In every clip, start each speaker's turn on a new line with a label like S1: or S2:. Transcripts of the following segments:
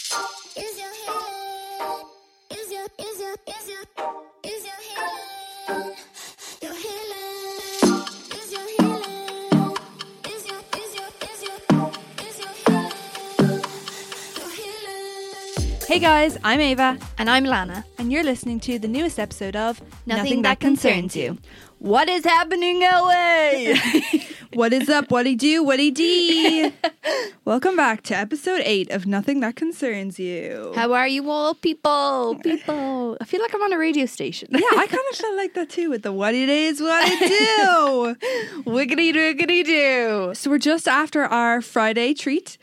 S1: Is your head? Is your is your is your is your healing? Your healing. Is your healing? Is your is your is your is your healing? Your healing.
S2: Hey guys, I'm Ava,
S3: And I'm Lana.
S2: and you're listening to the newest episode of
S3: Nothing That Concerns You. What is happening, LA?
S2: What is up? What he do? What he dee? Welcome back to episode eight of Nothing That Concerns You.
S3: How are you all, people? People. I feel like I'm on a radio station.
S2: yeah, I kind of felt like that too with the what it is, what it do.
S3: Wiggity wiggity do.
S2: so we're just after our Friday treat.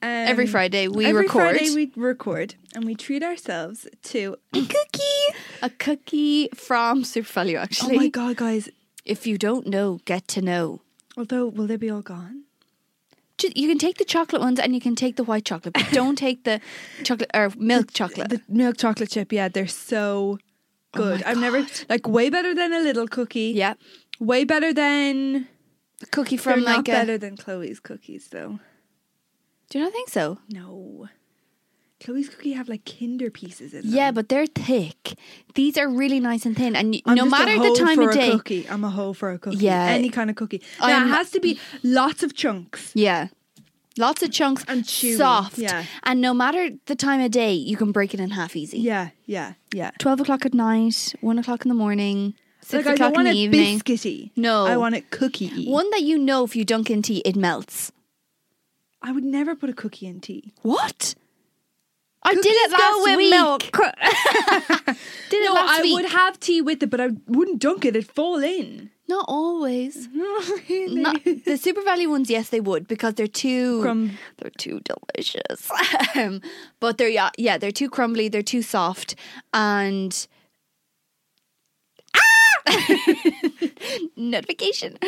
S2: Um,
S3: Every Friday we
S2: every
S3: record
S2: Friday we record and we treat ourselves to a cookie.
S3: a cookie from Supervalue, actually.
S2: oh my god, guys!
S3: If you don't know, get to know.
S2: Although, will they be all gone?
S3: Ju- You can take the chocolate ones and you can take the white chocolate, but don't take the chocolate or milk chocolate.
S2: The milk chocolate chip, yeah, they're so good.
S3: Oh my
S2: I've never
S3: God.
S2: like way better than a little cookie.
S3: yeah.
S2: Way better than
S3: Cookie from
S2: from
S3: like
S2: not
S3: a,
S2: better than Chloe's cookies though.
S3: Do you not think so?
S2: No. Chloe's cookie have like Kinder pieces in them.
S3: Yeah, but they're thick. These are really nice and thin, and y-
S2: I'm
S3: no
S2: just a
S3: matter
S2: hoe
S3: the time
S2: for
S3: of
S2: a
S3: day.
S2: cookie. I'm a hoe for a cookie.
S3: Yeah.
S2: any kind of cookie. Now, it
S3: I'm-
S2: has to be lots of chunks.
S3: Yeah. Lots of chunks
S2: And chewy,
S3: soft.
S2: yeah.
S3: And no matter the time of day, you can break it in half easy.
S2: Yeah, yeah, yeah.
S3: 12 o'clock at night, 1 o'clock in the morning, 6
S2: like I
S3: o'clock
S2: don't want
S3: in
S2: it
S3: the evening.
S2: biscuity.
S3: No.
S2: I want it cookie.
S3: One that you know if you dunk in tea, it melts.
S2: I would never put a cookie in tea.
S3: What? I did
S2: Cookies
S3: it
S2: go
S3: last
S2: with
S3: week.
S2: milk.
S3: did it
S2: no,
S3: last
S2: I
S3: week.
S2: would have tea with it, but I wouldn't dunk it. It'd fall in.
S3: Not always.
S2: Not
S3: Not, the super value ones, yes, they would because they're too
S2: Crumb-
S3: they're too delicious. um, but they're yeah, yeah, they're too crumbly, they're too soft, and ah! notification.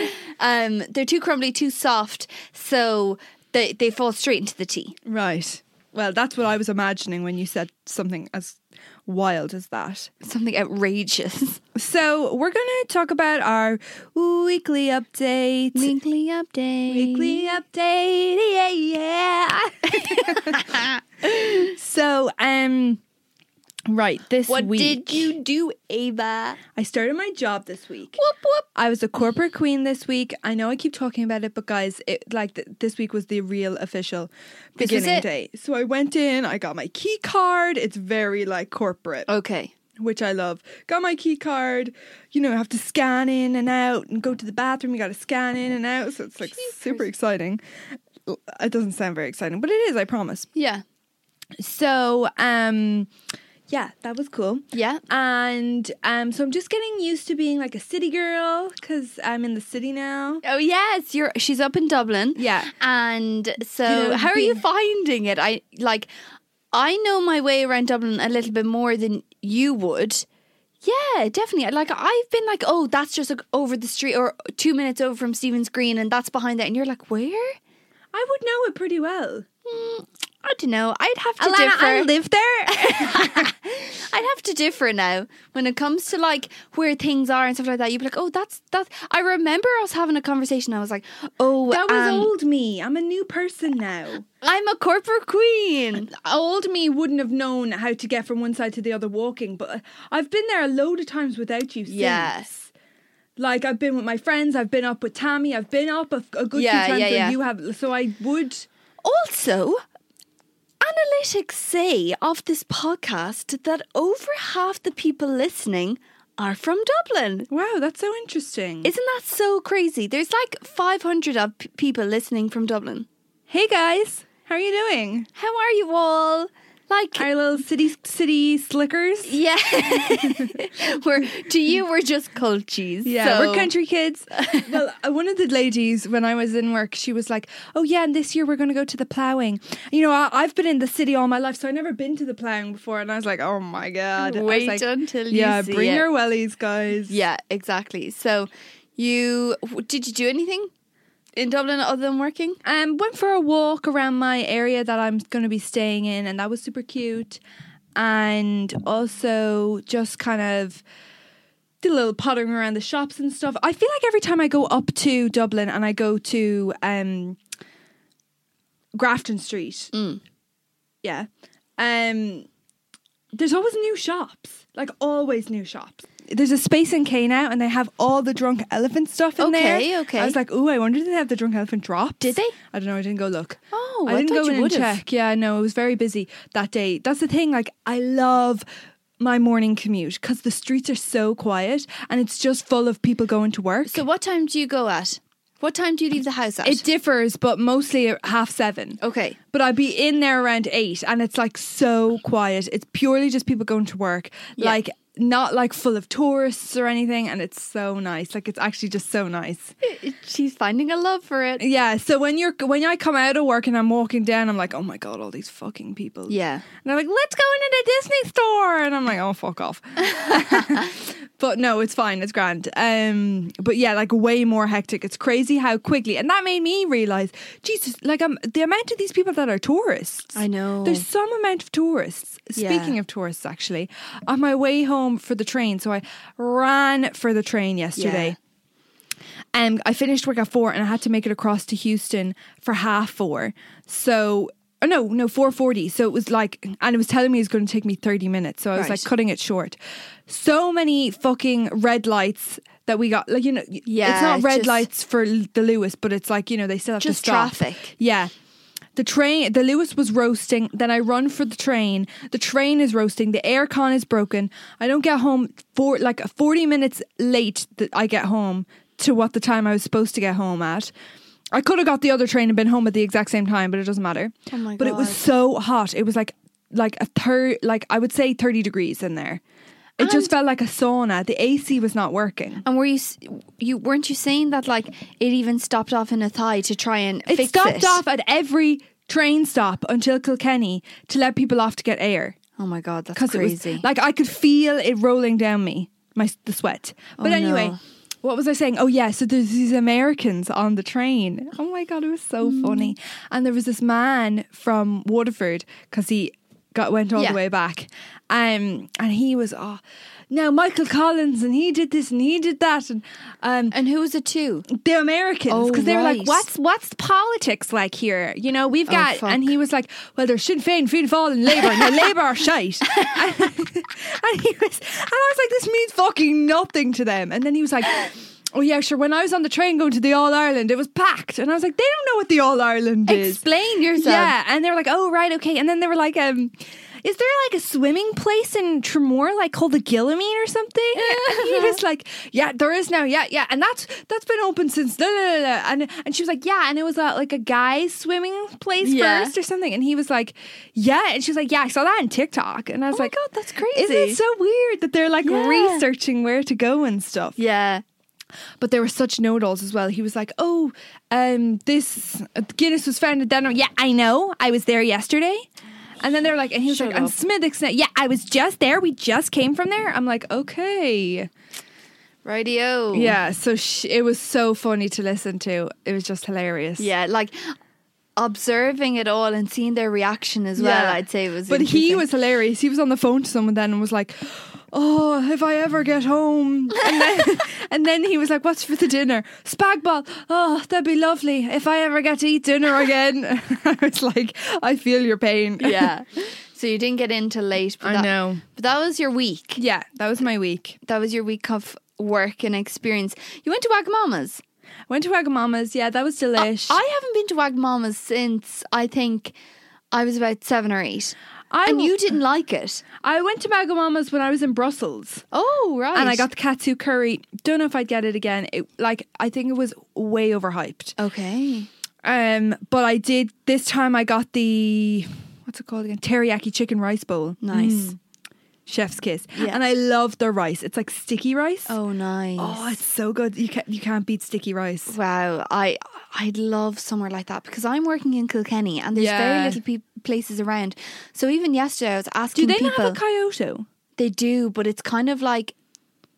S3: Um, they're too crumbly, too soft, so they they fall straight into the tea.
S2: Right. Well, that's what I was imagining when you said something as wild as that.
S3: Something outrageous.
S2: So, we're going to talk about our weekly update.
S3: Weekly update.
S2: Weekly update. Yeah, yeah. so, um right, this
S3: What
S2: week
S3: did you do, Ava?
S2: I started my job this week.
S3: Whoop whoop.
S2: I was a corporate queen this week. I know I keep talking about it, but guys, it like th- this week was the real official
S3: This was
S2: beginning
S3: it.
S2: day. So I went in, I got my key card. It's very like corporate,
S3: Okay.
S2: which I love. Got my key card. You know, I have to scan in and out and go to the bathroom. You got to scan in and out. So it's like super exciting. It doesn't sound very exciting, but it is, I promise.
S3: Yeah.
S2: So, um yeah, that was cool.
S3: Yeah.
S2: And um, so I'm just getting used to being like a city girl because I'm in the city now.
S3: Oh yes, you're. She's up in Dublin.
S2: Yeah.
S3: And so,
S2: You know,
S3: how are you
S2: being-
S3: finding it? I like. I know my way around Dublin a little bit more than you would. Yeah, definitely. Like I've been like, oh, that's just like over the street or two minutes over from Stephen's Green, and that's behind that. And you're like, where?
S2: I would know it pretty well.
S3: Mm, I don't know. I'd have to differ.
S2: live there.
S3: I'd have to differ now when it comes to like where things are and stuff like that. You'd be like, oh, that's that's. I remember us having a conversation. I was like, oh,
S2: that was
S3: um,
S2: old me. I'm a new person now.
S3: I'm a corporate queen.
S2: Old me wouldn't have known how to get from one side to the other walking, but I've been there a load of times without you. Since.
S3: Yes.
S2: Like I've been with my friends. I've been up with Tammy. I've been up a, a good
S3: Yeah,
S2: few times.
S3: yeah,
S2: and
S3: yeah.
S2: You have. So I would.
S3: Also, analytics say of this podcast that over half the people listening are from Dublin.
S2: Wow, that's so interesting.
S3: Isn't that so crazy? There's like 500 of p- people listening from Dublin.
S2: hey guys, how are you doing?
S3: How are you all? Like,
S2: our little city city slickers.
S3: yeah. we're, to you, we're just cultures.
S2: Yeah,
S3: so-
S2: we're country kids. well, uh, one of the ladies when I was in work, she was like, "Oh yeah, and this year we're going to go to the ploughing." You know, I, I've been in the city all my life, so I never been to the ploughing before, and I was like, "Oh my god!" I was
S3: Wait
S2: like,
S3: until you
S2: yeah,
S3: see
S2: bring
S3: it.
S2: your wellies, guys.
S3: Yeah, exactly. So, you w- did you do anything in Dublin other than working?
S2: Um, went for a walk around my area that I'm going to be staying in, and that was super cute. And also just kind of did a little pottering around the shops and stuff. I feel like every time I go up to Dublin and I go
S3: Mm.
S2: to um, Grafton Street, yeah, Um, there's always new shops, like always new shops. There's a space in K now, and they have all the drunk elephant stuff in there.
S3: Okay, okay.
S2: I was like, oh, I wonder did they have the drunk elephant drops?
S3: Did they?
S2: I don't know. I didn't go look.
S3: Oh, I
S2: didn't
S3: thought
S2: go
S3: you
S2: in and
S3: would've.
S2: check. Yeah, no, it was very busy that day. That's the thing. Like, I love my morning commute because the streets are so quiet and it's just full of people going to work.
S3: So what time do you go at? What time do you leave the house at?
S2: it differs, but mostly at half seven.
S3: okay.
S2: But I'd be in there around eight, and it's like so quiet. It's purely just people going to work,
S3: Yeah.
S2: like not like full of tourists or anything. And it's so nice. Like it's actually just so nice.
S3: She's finding a love for it.
S2: Yeah. So when you're when I come out of work and I'm walking down, I'm like, oh my god, all these fucking people.
S3: Yeah.
S2: And they're like, let's go into the Disney store, and I'm like, oh fuck off. but no, it's fine. It's grand. Um, but yeah, like way more hectic. It's crazy how quickly, and that made me realize, Jesus, like um, the amount of these people that are tourists.
S3: I know.
S2: There's some amount of tourists.
S3: Yeah.
S2: Speaking of tourists, actually, on my way home for the train, so I ran for the train yesterday. Um, I finished work at four, and I had to make it across to Houston for half four. So. oh, No, no, four forty. So it was like, and it was telling me it was going to take me thirty minutes. So I was
S3: Right.
S2: like cutting it short. So many fucking red lights that we got. Like you know, y-
S3: Yeah,
S2: it's not red
S3: just-
S2: lights for l- the Lewis, but it's like you know they still have
S3: Just
S2: to stop.
S3: traffic.
S2: Yeah. The train, the Lewis was roasting. Then I run for the train. The train is roasting. The air con is broken. I don't get home for like 40 minutes late that I get home to what the time I was supposed to get home at. I could have got the other train and been home at the exact same time, but it doesn't matter.
S3: Oh my
S2: but it was
S3: God.
S2: so hot. It was like like a third, like I would say 30 degrees in there. It just felt like a sauna. The AC was not working.
S3: And were you s- you weren't you saying that like it even stopped off in a thigh to try and
S2: It
S3: fix
S2: stopped
S3: it?
S2: off at every train stop until Kilkenny to let people off to get air.
S3: Oh my god, that's
S2: because it was
S3: crazy.
S2: like I could feel it rolling down me, my the sweat. But
S3: Oh,
S2: anyway,
S3: no.
S2: what was I saying? Oh yeah, so there's these Americans on the train. Oh my god, it was so
S3: Mm.
S2: funny. And there was this man from Waterford because he got went all
S3: Yeah.
S2: the way back, um, and he was oh. Now Michael Collins and he did this and he did that and um,
S3: and who was it to?
S2: the Americans
S3: Oh,
S2: because they were like,
S3: right.
S2: "What's what's politics like here?" You know, we've got,
S3: fuck.
S2: and he was like, "Well, there's Sinn Féin, Fianna Fáil, and Labour, and the Labour are shite." and, he was, and I was like, "This means fucking nothing to them." And then he was like. Oh yeah, sure. When I was on the train going to the All Ireland, it was packed, and I was like, "They don't know what the All Ireland is."
S3: Explain yourself.
S2: Yeah, and they were like, "Oh, right, okay." And then they were like, "Um, is there like a swimming place in Tremor, like called the Gillamine or something?" and he was like, "Yeah, there is now. Yeah, yeah." And that's that's been open since. La, la, la, la. And and she was like, "Yeah," and it was uh, like a guy's swimming place
S3: Yeah.
S2: first or something. And he was like, "Yeah," and she was like, "Yeah, I saw that on TikTok." And I was
S3: Oh my
S2: like,
S3: God, that's
S2: Isn't
S3: crazy."
S2: it so weird that they're like
S3: Yeah.
S2: researching where to go and stuff?"
S3: Yeah.
S2: but there were such know-it-alls as well. He was like, "Oh, um, this Guinness was founded then." Yeah, I know. I was there yesterday. And then they were like, and he was
S3: Shut
S2: like, "And
S3: up.
S2: Smithwick's now." Yeah, I was just there. We just came from there. I'm like, okay,
S3: Radio.
S2: yeah. So sh- it was so funny to listen to. It was just hilarious.
S3: Yeah, like observing it all and seeing their reaction as well,
S2: Yeah.
S3: I'd say was
S2: But he
S3: interesting.
S2: was hilarious. He was on the phone to someone then and was like, "Oh, if I ever get home," and then, and then he was like, "What's for the dinner? Spag bol. Oh, that'd be lovely if I ever get to eat dinner again." I was like, "I feel your pain."
S3: Yeah. So you didn't get in till late. But
S2: I
S3: that,
S2: know.
S3: But that was your week.
S2: yeah. That was my week.
S3: That was your week of work and experience. You went to Wagamama's.
S2: Went to Wagamama's. Yeah, that was delish.
S3: I haven't been to Wagamama's since I think I was about seven or eight.
S2: I
S3: and
S2: w-
S3: you didn't like it.
S2: I went to Wagamama's when I was in Brussels.
S3: Oh, right.
S2: And I got the katsu curry. Don't know if I'd get it again. It, like I think it was way overhyped.
S3: Okay.
S2: Um, but I did this time. I got the what's it called again? Teriyaki chicken rice bowl.
S3: Nice.
S2: Mm. Chef's kiss.
S3: Yeah.
S2: And I love their rice. It's like sticky rice.
S3: Oh, nice.
S2: Oh, it's so good. You can't you can't beat sticky rice.
S3: Wow, I I'd love somewhere like that because I'm working in Kilkenny and there's
S2: Yeah.
S3: very little pe- places around. So even yesterday I was asking
S2: Do they not
S3: people.
S2: have a coyote?
S3: they do, but it's kind of like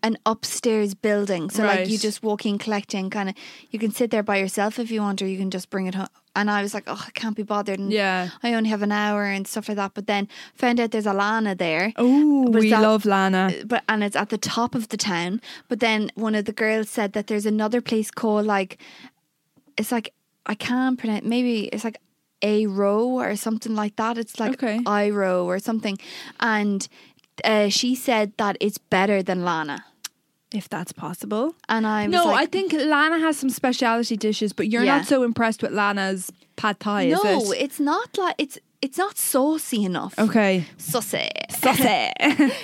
S3: an upstairs building. So
S2: Right.
S3: like you just walk in, collect in, kind of. You can sit there by yourself if you want, or you can just bring it home. And I was like, oh, I can't be bothered. And
S2: Yeah.
S3: I only have an hour and stuff like that. But then found out there's Alana there.
S2: Oh,
S3: Was
S2: we
S3: that- uh,
S2: love Lana.
S3: But and it's at the top of the town. But then one of the girls said that there's another place called like, it's like I can't pronounce. Maybe it's like a row or something like that. It's like
S2: Okay.
S3: I row or something, and uh, she said that it's better than Lana.
S2: if that's possible.
S3: And I was
S2: no,
S3: like,
S2: I think Lana has some speciality dishes, but you're
S3: Yeah.
S2: not so impressed with Lana's pad thai,
S3: no,
S2: is it?
S3: it's not like it's it's not saucy enough.
S2: Okay.
S3: Saucy.
S2: Saucy.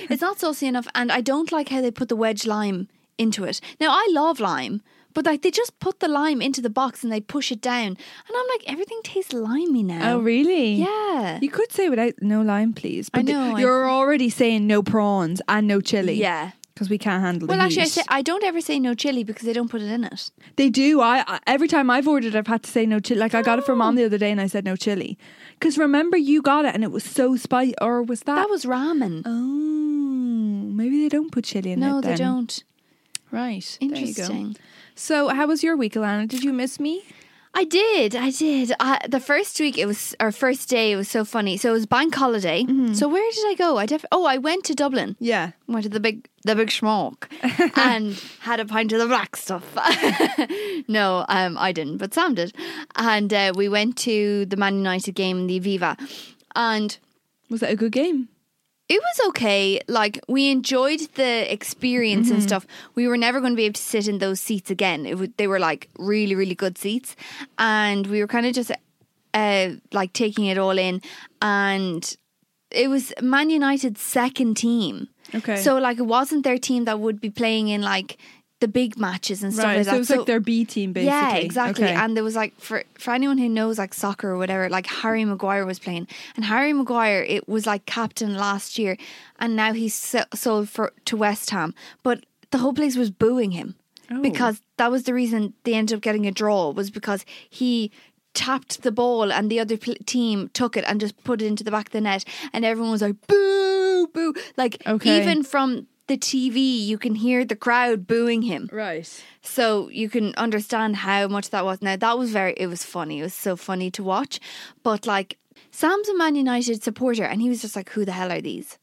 S3: it's not saucy enough, and I don't like how they put the wedge lime into it. Now I love lime, but like they just put the lime into the box and they push it down, and I'm like everything tastes limey now.
S2: oh, really?
S3: Yeah.
S2: You could say without no lime, please. But th-
S3: know, I-
S2: you're already saying no prawns and no chili.
S3: Yeah.
S2: Because we can't handle
S3: Well,
S2: the
S3: actually, I,
S2: heat.
S3: say, I don't ever say no chili because they don't put it in it.
S2: They do. I, I every time I've ordered, I've had to say no chili. Like I got it from
S3: Oh.
S2: mom the other day, and I said no chili because remember you got it, and it was so spicy. Or was that?
S3: That was ramen.
S2: oh, maybe they don't put chili in it.
S3: no, they
S2: then.
S3: don't.
S2: Right. there you go.
S3: Interesting.
S2: So, how was your week, Alana? Did you miss me?
S3: I did. I did. I, the first week, it was our first day. It was so funny. So it was bank holiday.
S2: Mm-hmm.
S3: So where did I go? I def- oh, I went to Dublin.
S2: Yeah.
S3: Went to the big the big schmuck and had a pint of the black stuff. no, um, I didn't, but Sam did. And uh, we went to the Man United game, the Aviva, and.
S2: Was that a good game?
S3: it was okay. Like we enjoyed the experience
S2: Mm-hmm.
S3: and stuff. We were never going to be able to sit in those seats again. It would, they were like really, really good seats, and we were kind of just uh, like taking it all in. And it was Man United's second team,
S2: Okay.
S3: so like it wasn't their team that would be playing in like the big matches and stuff
S2: right.
S3: like
S2: so
S3: that.
S2: it was like their B team, basically.
S3: Yeah, exactly.
S2: Okay.
S3: And there was like for for anyone who knows like soccer or whatever, like Harry Maguire was playing, and Harry Maguire it was like captain last year, and now he's so- sold for to West Ham, but the whole place was booing him
S2: Oh.
S3: because that was the reason they ended up getting a draw was because he tapped the ball and the other pl- team took it and just put it into the back of the net and everyone was like boo boo like
S2: Okay.
S3: even from the TV you can hear the crowd booing him
S2: right.
S3: so you can understand how much that was. Now that was very it was funny. It was so funny to watch. But like Sam's a Man United supporter and he was just like, Who the hell are these?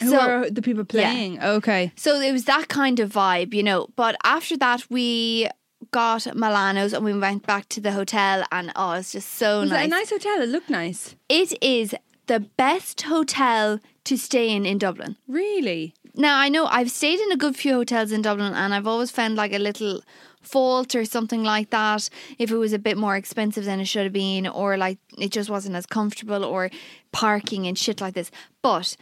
S2: Who
S3: so
S2: are the people playing? Okay.
S3: so it was that kind of vibe, you know. But after that we got Milano's and we went back to the hotel and oh it's just so
S2: was
S3: nice.
S2: that a nice hotel? It looked nice.
S3: It is the best hotel to stay in in Dublin.
S2: Really?
S3: Now I know I've stayed in a good few hotels in Dublin, and I've always found like a little fault or something like that if it was a bit more expensive than it should have been, or like it just wasn't as comfortable, or parking and shit like this. But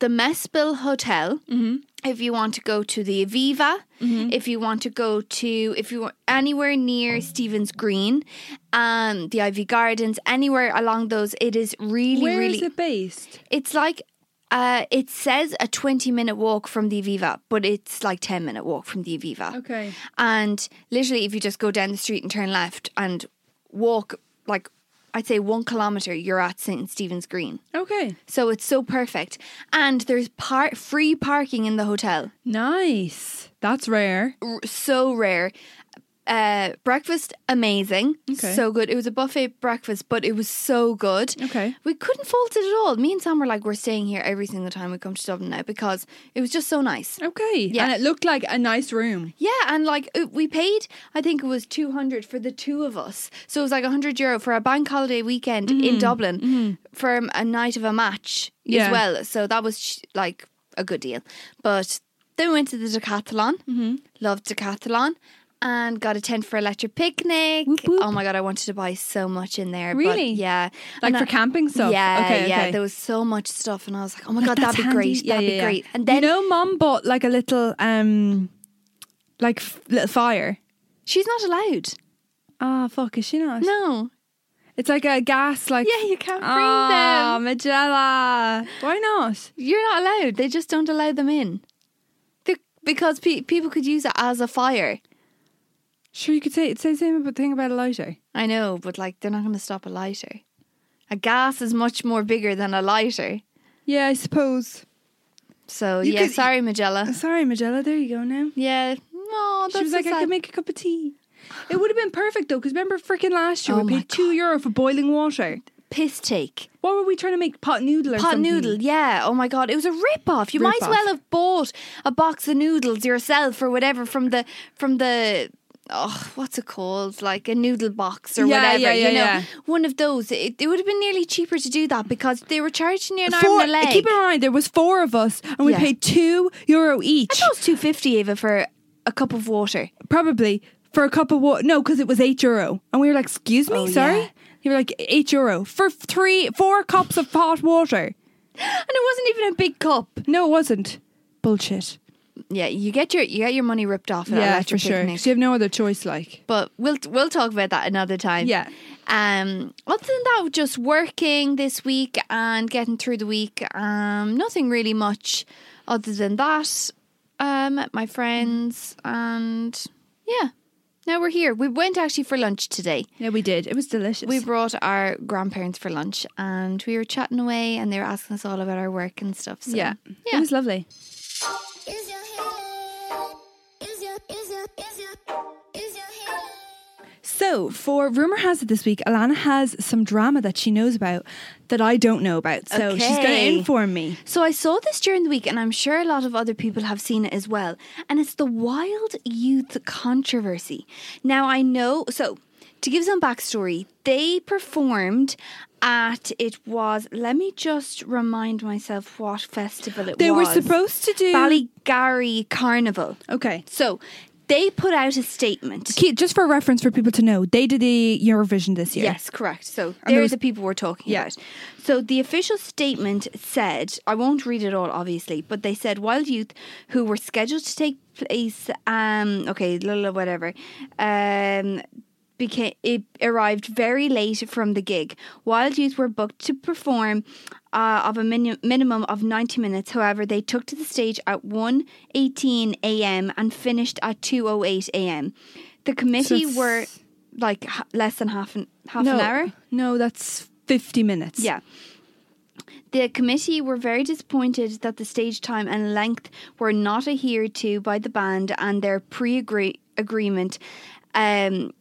S3: the Messbill Hotel,
S2: Mm-hmm.
S3: if you want to go to the Aviva, if you want to go to if you want anywhere near Stevens Green, um, the Ivy Gardens, anywhere along those, it is really
S2: Where is
S3: really
S2: it based?
S3: it's like uh, it says a 20 minute walk from the Aviva, but it's like 10 minute walk from the Aviva.
S2: Okay.
S3: And literally, if you just go down the street and turn left and walk, like I'd say one kilometre, you're at St. Stephen's Green.
S2: Okay.
S3: So it's so perfect. And there's par- free parking in the hotel.
S2: Nice. That's rare.
S3: R- so rare. Uh, breakfast amazing,
S2: Okay.
S3: so good. It was a buffet breakfast, but it was so good.
S2: Okay.
S3: we couldn't fault it at all. Me and Sam were like, we're staying here every single time we come to Dublin now because it was just so nice.
S2: Okay.
S3: Yeah.
S2: And it looked like a nice room.
S3: Yeah, and like it- we paid, I think it was two hundred for the two of us, so it was like hundred euro for a bank holiday weekend in Dublin for um, a night of a match
S2: Mm-hmm. Yeah.
S3: as well. So that was sh- like a good deal. But then we went to the decathlon, mm-hmm. loved decathlon. And got a tent for a letter picnic.
S2: whoop.
S3: Oh my god, I wanted to buy so much in there. but
S2: Really?
S3: yeah.
S2: Like
S3: And I-
S2: for camping stuff.
S3: yeah,
S2: Okay,
S3: yeah.
S2: okay.
S3: There was so much stuff, and I was like, "Oh my god,
S2: That's
S3: that'd be
S2: handy.
S3: great!
S2: Yeah,
S3: that'd
S2: yeah,
S3: be
S2: yeah.
S3: great!" And then
S2: you know, mom bought like a little, um, like f- little fire.
S3: she's not allowed.
S2: Ah, fuck, is she not?
S3: No,
S2: It's like a gas, like.
S3: yeah, you can't bring
S2: Ah,
S3: them.
S2: Magella. Why not?
S3: You're not allowed. They just don't allow them in Be- because pe- people could use it as a fire.
S2: Sure, you could say say the same about- thing about a lighter.
S3: I know, but like they're not going to stop a lighter. A gas is much more bigger than a lighter.
S2: Yeah, I suppose.
S3: So
S2: You
S3: yeah,
S2: could-
S3: sorry, Magella.
S2: Sorry, Magella. There you go now.
S3: Yeah, no, that's
S2: She was
S3: so
S2: like, I
S3: sad.
S2: could make a cup of tea. It would have been perfect though, because remember freaking last year
S3: Oh
S2: we
S3: my
S2: paid two euro for boiling water.
S3: piss take.
S2: What were we trying to make? Pot noodle or
S3: Pot
S2: something?
S3: noodle, yeah. Oh my god, it was a rip off. You might as
S2: Rip-off.
S3: well have bought a box of noodles yourself or whatever from the from the oh, what's it called? Like a noodle box or
S2: Yeah,
S3: whatever.
S2: yeah, yeah,
S3: you know,
S2: yeah.
S3: one of those. It, it would have been nearly cheaper to do that because they were charging you an
S2: Four-
S3: arm and a leg.
S2: Keep in mind, there was four of us, and we
S3: Yeah.
S2: paid two euro each,
S3: I thought it was two fifty Eva for a cup of water.
S2: probably for a cup of water. No, because it was eight euro, and we were like, "Excuse me,
S3: Oh,
S2: sorry."
S3: yeah.
S2: You were like eight euro for three, four cups of hot water.
S3: And it wasn't even a big cup.
S2: No, it wasn't. Bullshit.
S3: Yeah, you get your you get your money ripped off. At
S2: Yeah,
S3: Electric
S2: for sure.
S3: Picnic.
S2: 'Cause you have no other choice, like.
S3: But we'll we'll talk about that another time.
S2: Yeah.
S3: Um. Other than that, just working this week and getting through the week. Um. Nothing really much, other than that. Um. Met my friends and yeah. Now we're here. We went actually for lunch today.
S2: Yeah, we did. It was delicious.
S3: We brought our grandparents for lunch and we were chatting away and they were asking us all about our work and stuff. So,
S2: yeah.
S3: Yeah.
S2: It was lovely.
S1: Is your healing? Is your is your is your is your healing?
S2: So, for rumor has it this week, Alana has some drama that she knows about that I don't know about. So she's going to
S3: Okay.
S2: inform me.
S3: So I saw this during the week, and I'm sure a lot of other people have seen it as well. And it's the wild youth controversy. Now I know. So to give some backstory, they performed at it was. Let me just remind myself what festival it
S2: They
S3: was.
S2: were supposed to do.
S3: Ballygarry Carnival.
S2: okay.
S3: So they put out a statement.
S2: Keep, just for reference for people to know, they did the Eurovision this year.
S3: Yes, correct. So
S2: And there
S3: they're
S2: was-
S3: the people we're talking
S2: Yeah.
S3: about. So the official statement said, I won't read it all, obviously, but they said wild youth who were scheduled to take place, um, okay, la, la, whatever, um, became it arrived very late from the gig. Wild youth were booked to perform. Uh, of a minu- minimum of 90 minutes however they took to the stage at 1.18 a.m and finished at 2.08 a.m the committee
S2: it's-
S3: were like h- less than half an half
S2: no,
S3: an hour.
S2: No, that's 50 minutes.
S3: Yeah. The committee were very disappointed that the stage time and length were not adhered to by the band and their pre agreement um,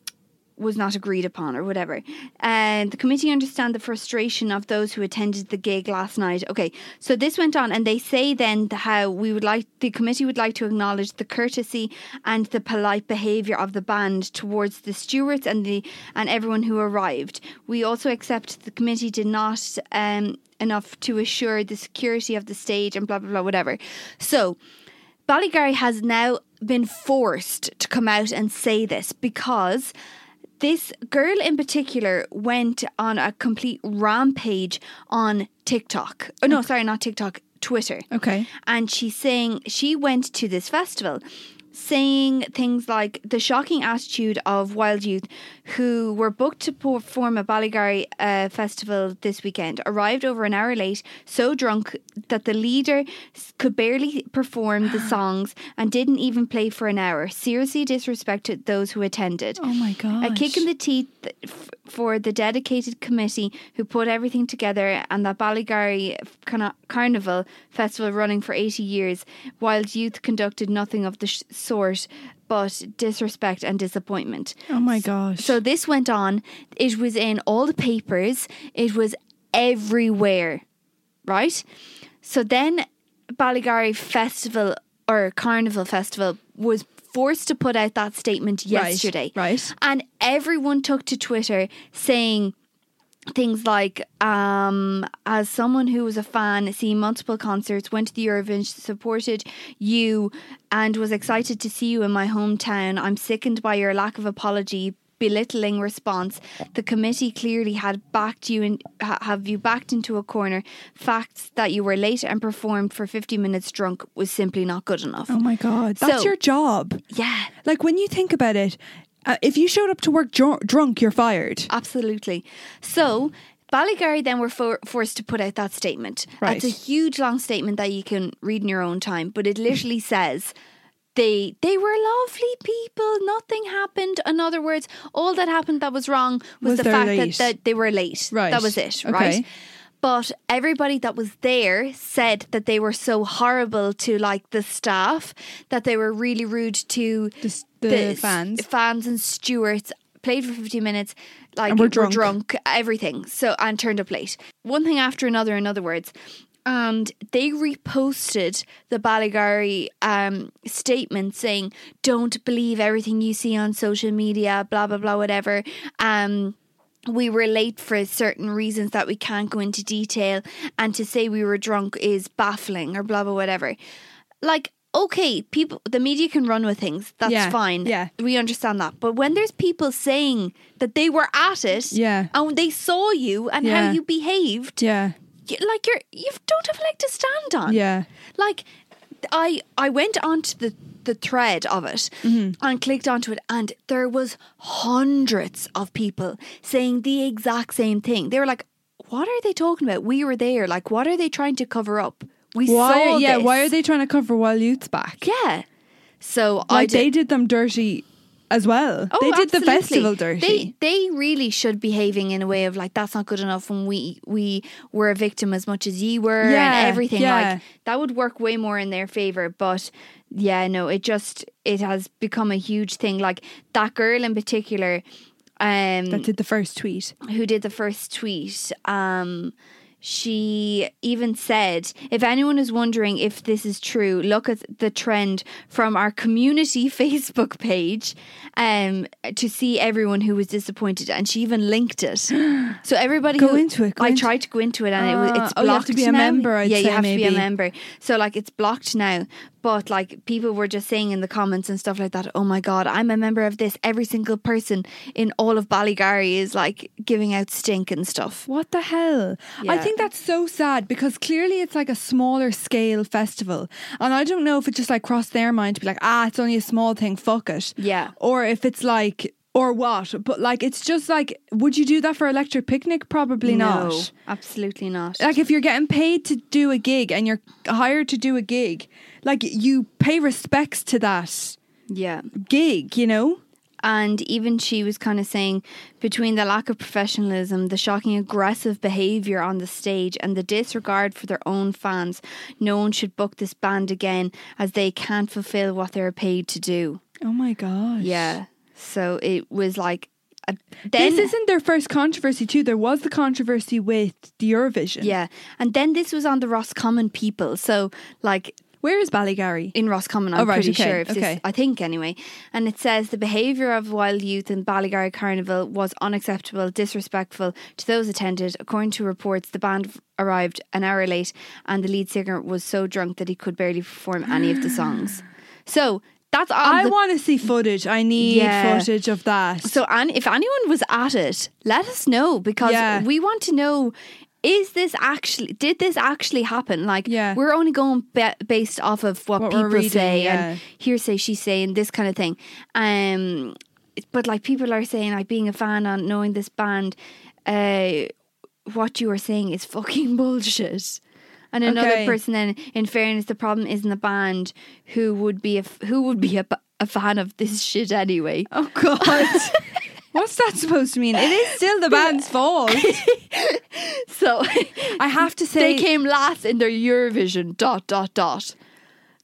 S3: was not agreed upon or whatever. And the committee understand the frustration of those who attended the gig last night. Okay, so this went on, and they say then th- how we would like the committee would like to acknowledge the courtesy and the polite behaviour of the band towards the stewards and the and everyone who arrived. We also accept the committee did not um, enough to assure the security of the stage and blah blah blah whatever. So. Ballygarry has now been forced to come out and say this because this girl in particular went on a complete rampage on TikTok. Oh, no, sorry, not TikTok, Twitter.
S2: Okay.
S3: And she's saying she went to this festival saying things like the shocking attitude of wild youth who were booked to perform a Ballygarry uh, festival this weekend arrived over an hour late so drunk that the leader s- could barely perform the songs and didn't even play for an hour seriously disrespected those who attended
S2: Oh my God.
S3: a kick in the teeth f- for the dedicated committee who put everything together and that Ballygarry Carna- Carnival Festival running for 80 years, Wild Youth conducted nothing of the sh- sort but disrespect and disappointment.
S2: Oh my gosh.
S3: So this went on. It was in all the papers. It was everywhere, right? So then Ballygarry Festival or Carnival Festival was forced to put out that statement yesterday.
S2: right.
S3: And everyone took to Twitter saying things like um, as someone who was a fan seeing multiple concerts went to the Eurovision supported you and was excited to see you in my hometown I'm sickened by your lack of apology belittling response the committee clearly had backed you in ha- have you backed into a corner facts that you were late and performed for 50 minutes drunk was simply not good enough
S2: oh my God. That's
S3: So-
S2: your job.
S3: yeah
S2: Like when you think about it, uh, if you showed up to work dr- drunk, you're
S3: Uh,
S2: fired.
S3: Absolutely. So Ballygarry then were for, forced to put out that statement.
S2: Right.
S3: That's a huge long statement that you can read in your own time, but it literally says they they were lovely people. Nothing happened. In other words, all that happened that was wrong was,
S2: Was
S3: the
S2: they're
S3: fact
S2: late.
S3: that, that they were late.
S2: Right.
S3: That was it.
S2: Okay.
S3: Right. But everybody that was there said that they were so horrible to like the staff that they were really rude to
S2: The s- the
S3: s-
S2: fans.
S3: fans and stewards played for 50 minutes like
S2: And were
S3: were
S2: drunk.
S3: drunk everything so and turned up late one thing after another in other words and they reposted the Balligary um, statement saying, "Don't believe everything you see on social media." Blah blah blah, whatever. Um, we were late for certain reasons that we can't go into detail, and to say we were drunk is baffling or blah blah whatever. Like, okay, people, the media can run with things. That's
S2: Yeah,
S3: fine.
S2: yeah.
S3: we understand that. But when there's people saying that they were at it,
S2: Yeah.
S3: and they saw you and
S2: Yeah.
S3: how you behaved
S2: Yeah.
S3: you, like you're you don't have a leg to stand on.
S2: Yeah.
S3: Like I I went onto the the thread of it
S2: Mm-hmm.
S3: and clicked onto it and there was hundreds of people saying the exact same thing. They were like, "What are they talking about? We were there. Like, what are they trying to cover up? We
S2: Why?
S3: saw
S2: Are, yeah.
S3: this."
S2: Why are they trying to cover Wild Youth's back?
S3: Yeah. So I
S2: Like
S3: did.
S2: they did them dirty as well.
S3: Oh,
S2: they did the
S3: absolutely.
S2: festival dirty.
S3: They they really should behaving in a way of like that's not good enough when we we were a victim as much as ye were
S2: Yeah,
S3: and everything
S2: yeah.
S3: like that would work way more in their favor. But yeah, no, it just it has become a huge thing. Like that girl in particular, um,
S2: that did the first tweet.
S3: who did the first tweet, um, she even said, if anyone is wondering if this is true, look at the trend from our community Facebook page um, to see everyone who was disappointed. And she even linked it. So everybody
S2: Go
S3: who,
S2: into it, go
S3: I
S2: into-
S3: tried to go into it and it was,
S2: Ah,
S3: it's blocked
S2: oh, you have to be a
S3: now.
S2: member, I'd
S3: yeah, you
S2: say,
S3: have to be a
S2: maybe.
S3: member. So like it's blocked now. But like people were just saying in the comments and stuff like that, oh my god, I'm a member of this. Every single person in all of Ballygarry is like giving out stink and stuff.
S2: What the hell? I
S3: Yeah.
S2: think that's so sad because clearly it's like a smaller scale festival. And I don't know if it just like crossed their mind to be like, ah, it's only a small thing, fuck it.
S3: Yeah.
S2: Or if it's like, or what? But like, it's just like, would you do that for Electric Picnic? Probably
S3: No,
S2: not.
S3: absolutely not.
S2: Like, if you're getting paid to do a gig and you're hired to do a gig, like, you pay respects to that
S3: yeah.
S2: gig, you know?
S3: And even she was kind of saying between the lack of professionalism, the shocking aggressive behaviour on the stage, and the disregard for their own fans, no one should book this band again as they can't fulfil what they're paid to do.
S2: Oh my gosh.
S3: Yeah. So it was like. A, then,
S2: This isn't their first controversy, too. There was the controversy with the Eurovision.
S3: Yeah. And then this was on the Roscommon people. So, like,
S2: Where is Ballygarry?
S3: in Roscommon, I'm
S2: Oh, right,
S3: pretty
S2: okay,
S3: sure. If this,
S2: okay.
S3: I think anyway. And it says the behaviour of wild youth in Ballygarry Carnival was unacceptable, disrespectful to those attended. According to reports, the band arrived an hour late, and the lead singer was so drunk that he could barely perform any of the songs. So that's on
S2: I
S3: the-
S2: want to see footage. I need
S3: Yeah.
S2: footage of that.
S3: So, and if anyone was at it, let us know because
S2: Yeah.
S3: we want to know: is this actually? Did this actually happen? Like,
S2: Yeah.
S3: we're only going ba- based off of what,
S2: What we're
S3: people
S2: reading,
S3: say
S2: yeah.
S3: and hearsay, she's saying this kind of thing. Um, but like people are saying, like being a fan and knowing this band, uh, what you are saying is fucking bullshit. And another
S2: Okay.
S3: person then, in fairness, the problem isn't the band who would be a f- who would be a, b- a fan of this shit anyway.
S2: oh God, what's that supposed to mean? It is still the band's fault.
S3: So
S2: I have to say,
S3: they came last in their Eurovision dot dot dot.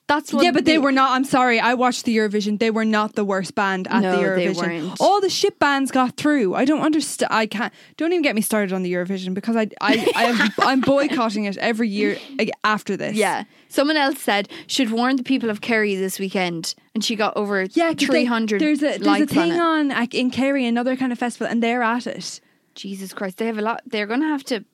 S3: That's what
S2: yeah, but they
S3: the-
S2: were not. I'm sorry, I watched the Eurovision. They were not the worst band at the
S3: No, they
S2: Eurovision.
S3: weren't.
S2: All the shit bands got through. I don't understand. I can't. Don't even get me started on the Eurovision because I, I, I am, I'm boycotting it every year like, after this.
S3: Yeah, someone else said should warn the people of Kerry this weekend, and she got over
S2: Yeah, 'cause they-
S3: three hundred.
S2: There's a there's a
S3: likes
S2: thing
S3: on, it.
S2: on, like, in Kerry, another kind of festival, and they're at it.
S3: Jesus Christ, they have a lot. They're gonna have to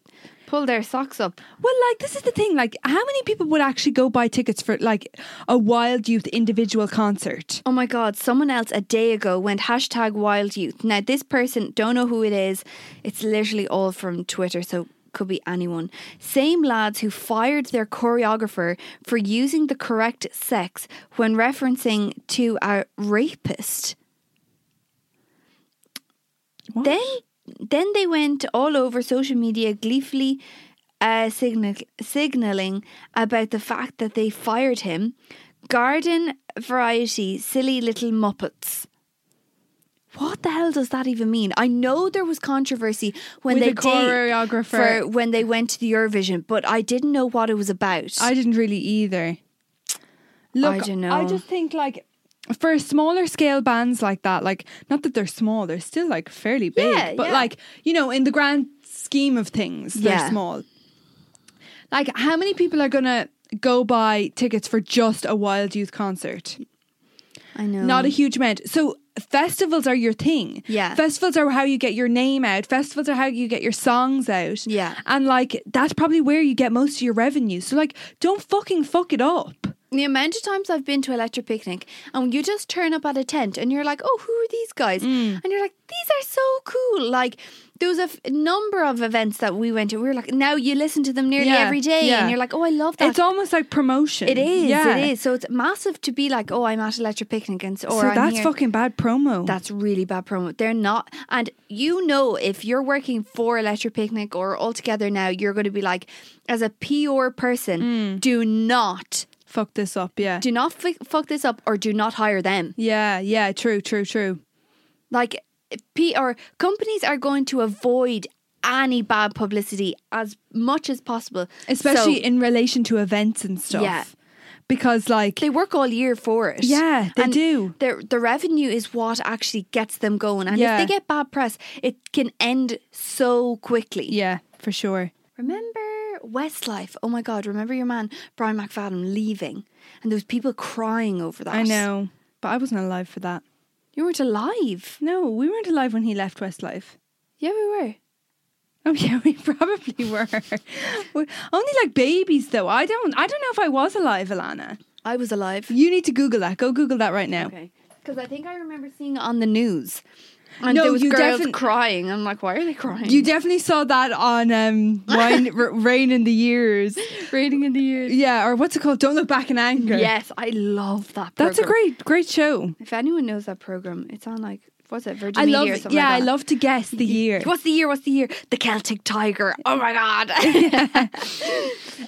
S3: pull their socks up.
S2: Well, like this is the thing. Like, how many people would actually go buy tickets for like a Wild Youth individual concert?
S3: Oh my God, someone else a day ago went hashtag wild youth. Now, this person, don't know who it is. It's literally all from Twitter, so could be anyone. Same lads who fired their choreographer for using the correct sex when referencing to a rapist.
S2: What?
S3: Then, then they went all over social media gleefully uh, signal- signaling about the fact that they fired him. Garden variety, silly little muppets. What the hell does that even mean? I know there was controversy when
S2: With
S3: they
S2: the
S3: did
S2: choreographer.
S3: for when they went to the Eurovision, but I didn't know what it was about.
S2: I didn't really either. Look,
S3: I dunno.
S2: I just think like for smaller scale bands like that, like not that they're small, they're still like fairly big,
S3: Yeah,
S2: but
S3: yeah.
S2: like you know, in the grand scheme of things, they're
S3: Yeah.
S2: small. Like, how many people are gonna go buy tickets for just a Wild Youth concert?
S3: I know.
S2: Not a huge amount. So festivals are your thing.
S3: Um, Yeah.
S2: Festivals are how you get your name out. Festivals are how you get your songs out.
S3: Yeah.
S2: And like that's probably where you get most of your revenue. So like don't fucking fuck it up.
S3: the amount of times I've been to Electric Picnic and you just turn up at a tent and you're like, oh, who are these guys?
S2: Mm.
S3: And you're like, these are so cool. Like, there was a f- number of events that we went to. We were like, now you listen to them nearly
S2: Yeah,
S3: every day.
S2: yeah.
S3: And you're like, oh, I love that.
S2: It's almost like promotion.
S3: it is.
S2: Yeah.
S3: It is. So it's massive to be like, oh, I'm at Electric Picnic. And, s- or
S2: So
S3: I'm
S2: that's
S3: here.
S2: fucking bad promo.
S3: That's really bad promo. They're not, and you know, if you're working for Electric Picnic or Altogether now, you're going to be like, as a PR person,
S2: Mm.
S3: do not,
S2: fuck this up, yeah.
S3: do not f- fuck this up, or do not hire them.
S2: yeah, yeah, true, true, true.
S3: Like, P or companies are going to avoid any bad publicity as much as possible,
S2: Especially
S3: So,
S2: in relation to events and stuff.
S3: Yeah.
S2: Because like
S3: they work all year for it.
S2: Yeah, they
S3: And
S2: do.
S3: Their the revenue is what actually gets them going, and
S2: Yeah.
S3: if they get bad press, it can end so quickly.
S2: Yeah, for sure.
S3: Remember Westlife? Oh my God, remember your man, Brian McFadden, leaving? And there was people crying over that.
S2: I know. But I wasn't alive for that.
S3: You weren't alive.
S2: No, we weren't alive when he left Westlife.
S3: Yeah, we were.
S2: Oh yeah, we probably were. We're only like babies though. I don't I don't know if I was alive, Alana.
S3: I was alive.
S2: You need to Google that. Go Google that right now.
S3: Okay. Because I think I remember seeing it on the news. And
S2: No,
S3: there was
S2: you
S3: girls
S2: defin-
S3: crying. I'm like, why are they crying?
S2: You definitely saw that on um Wine, R- Rain in the Years.
S3: Rating in the years.
S2: Yeah, or what's it called? Don't Look Back in Anger.
S3: Yes, I love that program.
S2: That's a great great show.
S3: If anyone knows that program, it's on like, what's it, Virgin
S2: I
S3: Media
S2: love
S3: or
S2: yeah,
S3: something like
S2: I
S3: that.
S2: love to guess the year.
S3: What's the year? What's the year? The Celtic Tiger. Oh my God.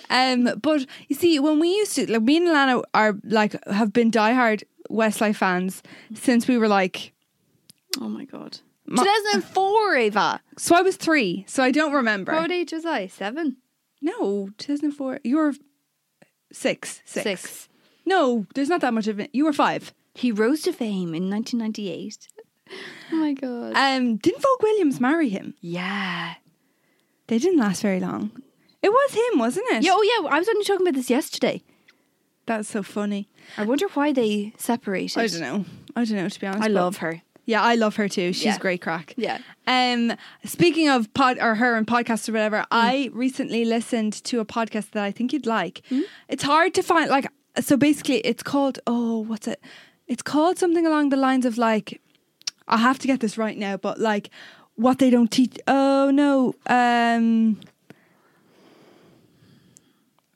S2: Um, but you see, when we used to, like, me and Alana are like have been diehard Westlife fans since we were like.
S3: oh my God.
S2: Ma-
S3: 2004, Ava.
S2: So I was three, so I don't remember.
S3: What age was I? Seven?
S2: no, two thousand four. You were six, six. No, there's not that much of it. You were five.
S3: He rose to fame in 1998. Oh my god.
S2: Um, didn't Vogue Williams marry him?
S3: yeah.
S2: They didn't last very long. It was him, wasn't it?
S3: Yeah, oh yeah, I was only talking about this yesterday.
S2: that's so funny.
S3: I wonder why they separated.
S2: I don't know. I don't know to be honest.
S3: I
S2: but-
S3: love her.
S2: Yeah, I love her too. She's
S3: Yeah.
S2: great crack.
S3: Yeah.
S2: Um, speaking of pod or her and podcasts or whatever, I recently listened to a podcast that I think you'd like. It's hard to find. Like, so basically, it's called oh, what's it? It's called something along the lines of like, I have to get this right now, but like, what they don't teach. Oh no. Um.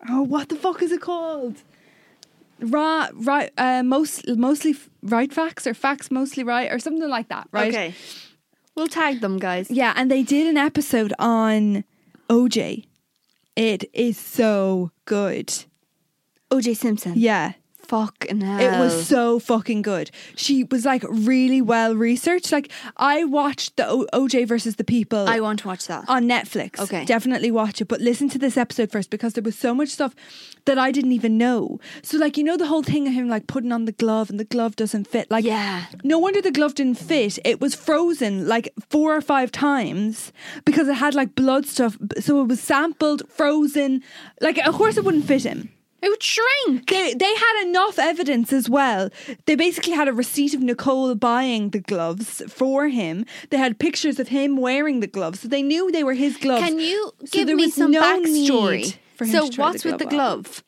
S2: Oh, what the fuck is it called? Right, right. Uh, most mostly f- right facts or facts mostly right or something like that. Right.
S3: Okay. We'll tag them, guys.
S2: Yeah, and they did an episode on OJ. It is so good.
S3: OJ Simpson.
S2: Yeah.
S3: Fucking hell.
S2: It was so fucking good. She was like really well researched. Like I watched the o- OJ versus the People
S3: I want to watch that.
S2: on Netflix.
S3: Okay.
S2: Definitely watch it, but listen to this episode first because there was so much stuff that I didn't even know. So like you know the whole thing of him like putting on the glove and the glove doesn't fit. Like
S3: yeah.
S2: No wonder the glove didn't fit. It was frozen like four or five times because it had like blood stuff. So it was sampled, frozen. Like, of course, it wouldn't fit him.
S3: It would shrink.
S2: They, they had enough evidence as well. They basically had a receipt of Nicole buying the gloves for him. They had pictures of him wearing the gloves. So they knew they were his gloves.
S3: Can you
S2: So
S3: give
S2: there
S3: me
S2: was
S3: some
S2: no
S3: backstory?
S2: need for him
S3: So
S2: to try
S3: what's with the
S2: on.
S3: glove?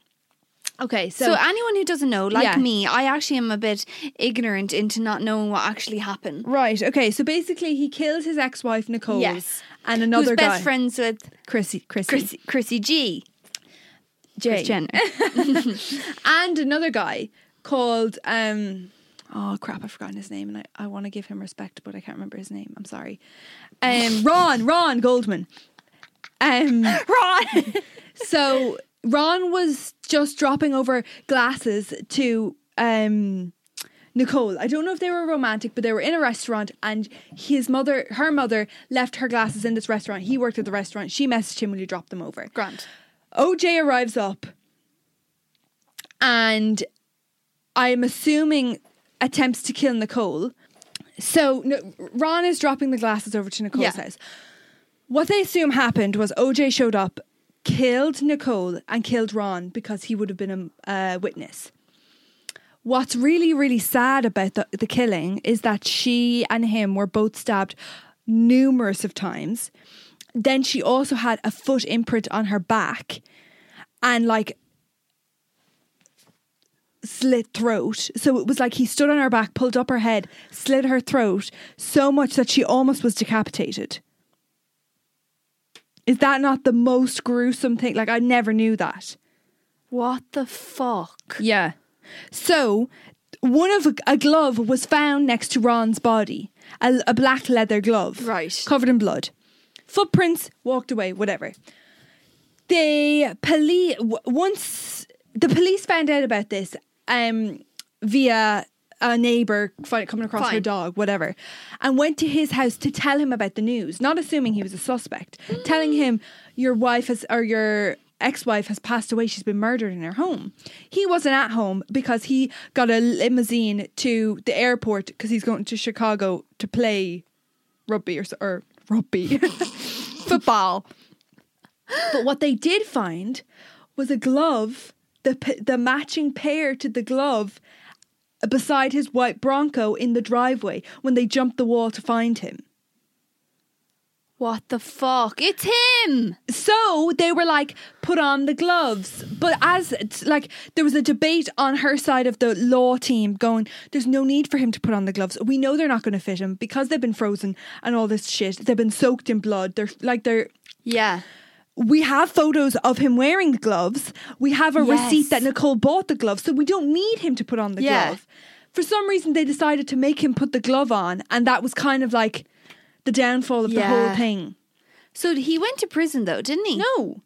S2: Okay, so,
S3: So, anyone who doesn't know, like
S2: Yeah.
S3: me, I actually am a bit ignorant into not knowing what actually happened.
S2: Right, okay, so basically he killed his ex wife, Nicole,
S3: Yes.
S2: and another
S3: Who's best
S2: guy.
S3: friends with
S2: Chrissy, Chrissy,
S3: Chrissy, Chrissy G?
S2: Jay.
S3: Kris Jenner.
S2: and another guy called um oh crap i've forgotten his name and i, I want to give him respect but i can't remember his name i'm sorry um ron ron goldman um
S3: Ron.
S2: so ron was just dropping over glasses to um Nicole, I don't know if they were romantic, but they were in a restaurant, and his mother, her mother, left her glasses in this restaurant. He worked at the restaurant. She messaged him, "Will you drop them over?"
S3: Grant.
S2: OJ arrives up, and I'm assuming attempts to kill Nicole. So no, Ron is dropping the glasses over to Nicole's
S3: Yeah.
S2: house. What they assume happened was OJ showed up, killed Nicole and killed Ron because he would have been a uh, witness. What's really, really sad about the, the killing is that she and him were both stabbed numerous of times. Then she also had a foot imprint on her back and like slit throat. So it was like he stood on her back, pulled up her head, slit her throat so much that she almost was decapitated. Is that not the most gruesome thing? Like I never knew that.
S3: What the fuck?
S2: Yeah. So, one of a glove was found next to Ron's body, a, a black leather glove,
S3: Right.
S2: covered in blood. Footprints walked away, whatever. The police once the police found out about this um, via a neighbor fi- coming across her
S3: Fine.
S2: dog, whatever, and went to his house to tell him about the news, not assuming he was a suspect, telling him your wife has or your ex-wife has passed away she's been murdered in her home he wasn't at home because he got a limousine to the airport because he's going to chicago to play rugby or, so- or rugby football but what they did find was a glove, the p- the matching pair to the glove uh, beside his white Bronco in the driveway when they jumped the wall to find him.
S3: What the fuck? It's him!
S2: So they were like, put on the gloves. But as it's like there was a debate on her side of the law team going, there's no need for him to put on the gloves. We know they're not going to fit him because they've been frozen and all this shit. They've been soaked in blood. They're like they're
S3: Yeah.
S2: we have photos of him wearing the gloves. We have a
S3: Yes.
S2: receipt that Nicole bought the gloves, so we don't need him to put on the
S3: Yeah.
S2: glove. For some reason, they decided to make him put the glove on, and that was kind of like the downfall of the whole
S3: Yeah.
S2: thing.
S3: So he went to prison though, didn't he?
S2: No,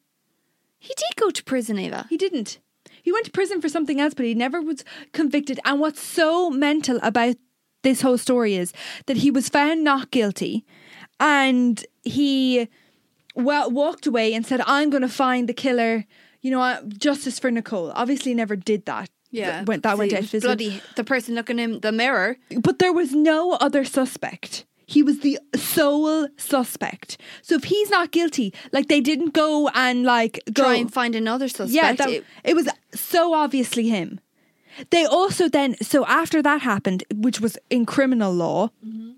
S3: He did go to prison, Ava.
S2: he didn't. He went to prison for something else, but he never was convicted. And what's so mental about this whole story is that he was found not guilty, and he well, walked away and said, "I'm going to find the killer." You know, I- justice for Nicole. Obviously, never did that. Th- went that went out of his
S3: Bloody the person looking in the mirror.
S2: But there was no other suspect. He was the sole suspect. So if he's not guilty, like they didn't go and like go
S3: Try and find another suspect.
S2: yeah, that,
S3: It-
S2: it, was so obviously him. They also then, so after that happened, which was in criminal law,
S3: Mm-hmm.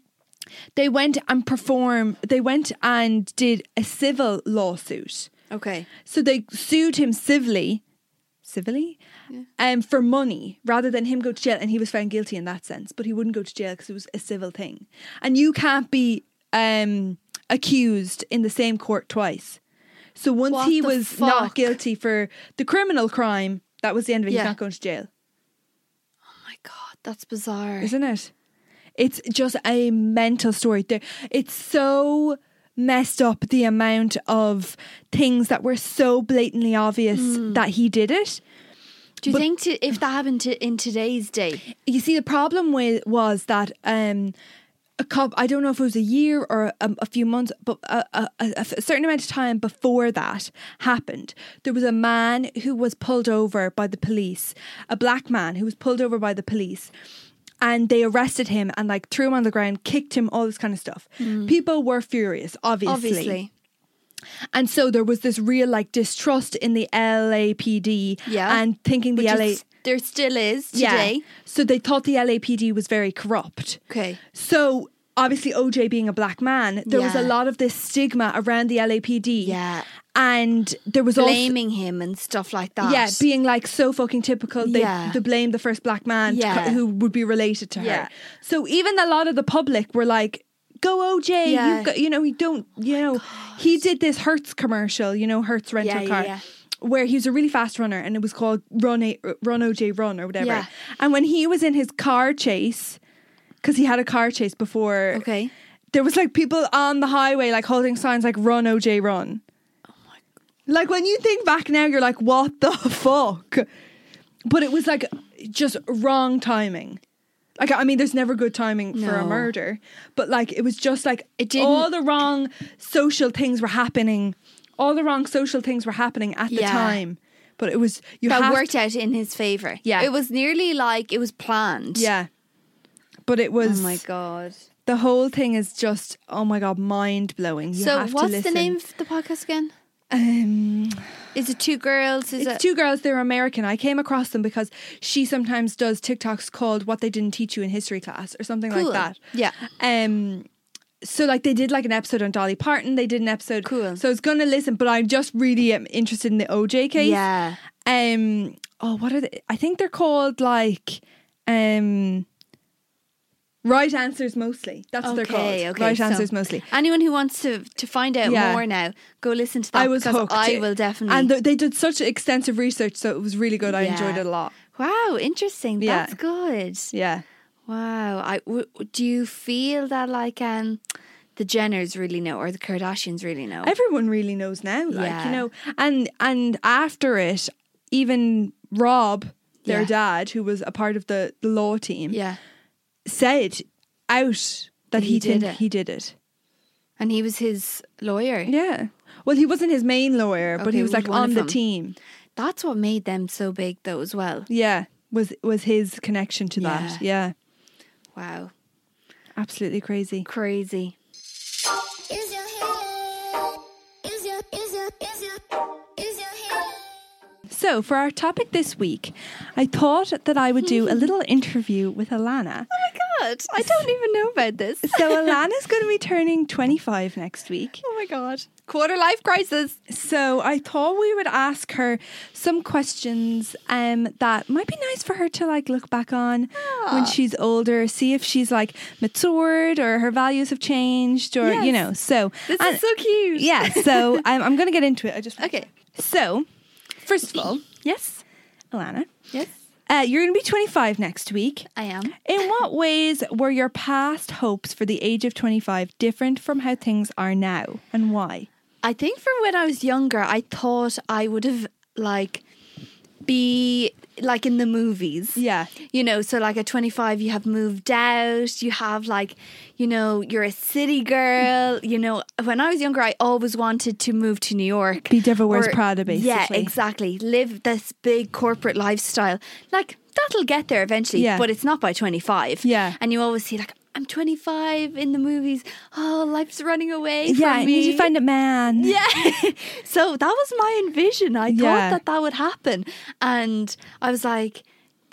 S2: they went and perform. They went and did a civil lawsuit.
S3: okay.
S2: So they sued him civilly, civilly, um, for money rather than him go to jail. And he was found guilty in that sense, but he wouldn't go to jail because it was a civil thing. And you can't be um, accused in the same court twice. So once
S3: What
S2: he
S3: the
S2: was
S3: fuck?
S2: not guilty for the criminal crime, that was the end of it.
S3: Yeah.
S2: He's not going to jail,
S3: Oh my god, that's bizarre.
S2: isn't it? It's just a mental story. There, it's so messed up the amount of things that were so blatantly obvious
S3: Mm.
S2: that he did it.
S3: Do you think to, if that happened to, in today's day?
S2: you see the problem with was that um a cop i don't know if it was a year or um, a, a few months but a, a, a- a certain amount of time before that happened there was a man who was pulled over by the police a black man who was pulled over by the police and they arrested him and like threw him on the ground kicked him all this kind of stuff people were furious
S3: Mm. Obviously.
S2: and so there was this real like distrust in the LAPD
S3: Yeah.
S2: and thinking the
S3: Which
S2: LA
S3: is- there still is today.
S2: So they thought the LAPD was very corrupt.
S3: Okay.
S2: So obviously OJ being a black man, there was a
S3: Yeah.
S2: lot of this stigma around the LAPD.
S3: Yeah.
S2: And there was also
S3: Blaming him and stuff like that.
S2: yeah, being like so fucking typical. They,
S3: Yeah.
S2: they blame the first black man to co-
S3: Yeah.
S2: who would be related to her.
S3: Yeah.
S2: So even a lot of the public were like, "Go OJ,
S3: Yeah.
S2: you go, you know, you don't, you know." He did this Hertz commercial, you know, Hertz rental
S3: Yeah, yeah,
S2: car.
S3: yeah.
S2: Where he was a really fast runner, and it was called Run a- Run OJ Run or whatever.
S3: Yeah.
S2: And when he was in his car chase, because he had a car chase before,
S3: okay.
S2: there was like people on the highway like holding signs like run OJ run.
S3: Oh
S2: Like when you think back now, you're like, what the fuck? But it was like just wrong timing. Like I mean, there's never good timing for a
S3: No.
S2: murder, but like it was just like
S3: It didn't-
S2: all the wrong social things were happening. All the wrong social things were happening at the
S3: Yeah.
S2: time. But it was you
S3: That
S2: have
S3: worked out in his favor.
S2: Yeah.
S3: It was nearly like it was planned.
S2: to- yeah. But it
S3: Oh
S2: was
S3: my god.
S2: the whole thing is just oh my god mind blowing. You
S3: so
S2: have to
S3: what's the
S2: listen.
S3: name of the podcast again?
S2: Um,
S3: Is it two girls? Is
S2: it's
S3: it
S2: two girls. They're American. I came across them because she sometimes does TikToks called "What They Didn't Teach You in History Class" or something
S3: Cool.
S2: like that.
S3: Yeah.
S2: Um. So like they did like an episode on Dolly Parton. They did an episode.
S3: Cool.
S2: So I was gonna listen, but I'm just really um, interested in the OJ case.
S3: Yeah.
S2: Um. Oh, what are they? I think they're called like, um. Right answers mostly. That's what they're
S3: Okay,
S2: called.
S3: okay,
S2: right
S3: so-
S2: answers mostly.
S3: Anyone who wants to to find out
S2: Yeah.
S3: more now, go listen to that.
S2: I was
S3: because
S2: hooked.
S3: I will definitely.
S2: And th- they did such extensive research, so it was really good. I
S3: Yeah.
S2: enjoyed it a lot.
S3: wow, interesting.
S2: Yeah.
S3: That's good.
S2: Yeah.
S3: Wow. I w- do you feel that like um the Jenners really know or the Kardashians really know?
S2: Everyone really knows now, like
S3: Yeah.
S2: you know, and and after it, even Rob, their
S3: Yeah.
S2: dad, who was a part of the, the law team,
S3: yeah.
S2: said out that he,
S3: He did
S2: did
S3: it.
S2: he did it.
S3: And he was his lawyer.
S2: Yeah. Well, he wasn't his main lawyer, but
S3: Okay,
S2: he was
S3: was
S2: like
S3: one
S2: on
S3: of
S2: the
S3: them.
S2: team.
S3: That's what made them so big though as well.
S2: Yeah, was was his connection to that. Yeah,
S3: Wow.
S2: absolutely crazy.
S3: Crazy.
S1: Is your healing? Is your is your is your is your healing?
S2: So, for our topic this week, I thought that I would do a little interview with Alana.
S3: Oh my god. I don't even know about this.
S2: So, Alana's going to be turning 25 next week.
S3: oh my god. Quarter life crisis.
S2: So I thought we would ask her some questions um, that might be nice for her to like look back on
S3: Ah.
S2: when she's older, see if she's like matured or her values have changed or you
S3: Yes.
S2: know. So
S3: This
S2: and-
S3: is so cute.
S2: yeah. So I'm, I'm going to get into it. I just
S3: Okay.
S2: So first of all, yes, Alana,
S3: Yes.
S2: uh, you're going to be 25 next week.
S3: I am.
S2: In what ways were your past hopes for the age of 25 different from how things are now, and why?
S3: I think from when I was younger, I thought I would have like be like in the movies.
S2: Yeah.
S3: You know, so like at 25, you have moved out, you have like, you know, you're a city girl. You know, when I was younger, I always wanted to move to New York.
S2: Be Devil Wears
S3: Or-
S2: Prada,
S3: Yeah,
S2: basically.
S3: exactly. Live this big corporate lifestyle. Like, that'll get there eventually,
S2: Yeah.
S3: but it's not by 25.
S2: Yeah.
S3: And you always see, like, I'm 25 in the movies. Oh, life's running away.
S2: Yeah,
S3: from
S2: I
S3: me.
S2: need to find a man.
S3: Yeah. so that was my envision. I
S2: Yeah.
S3: thought that that would happen. And I was like,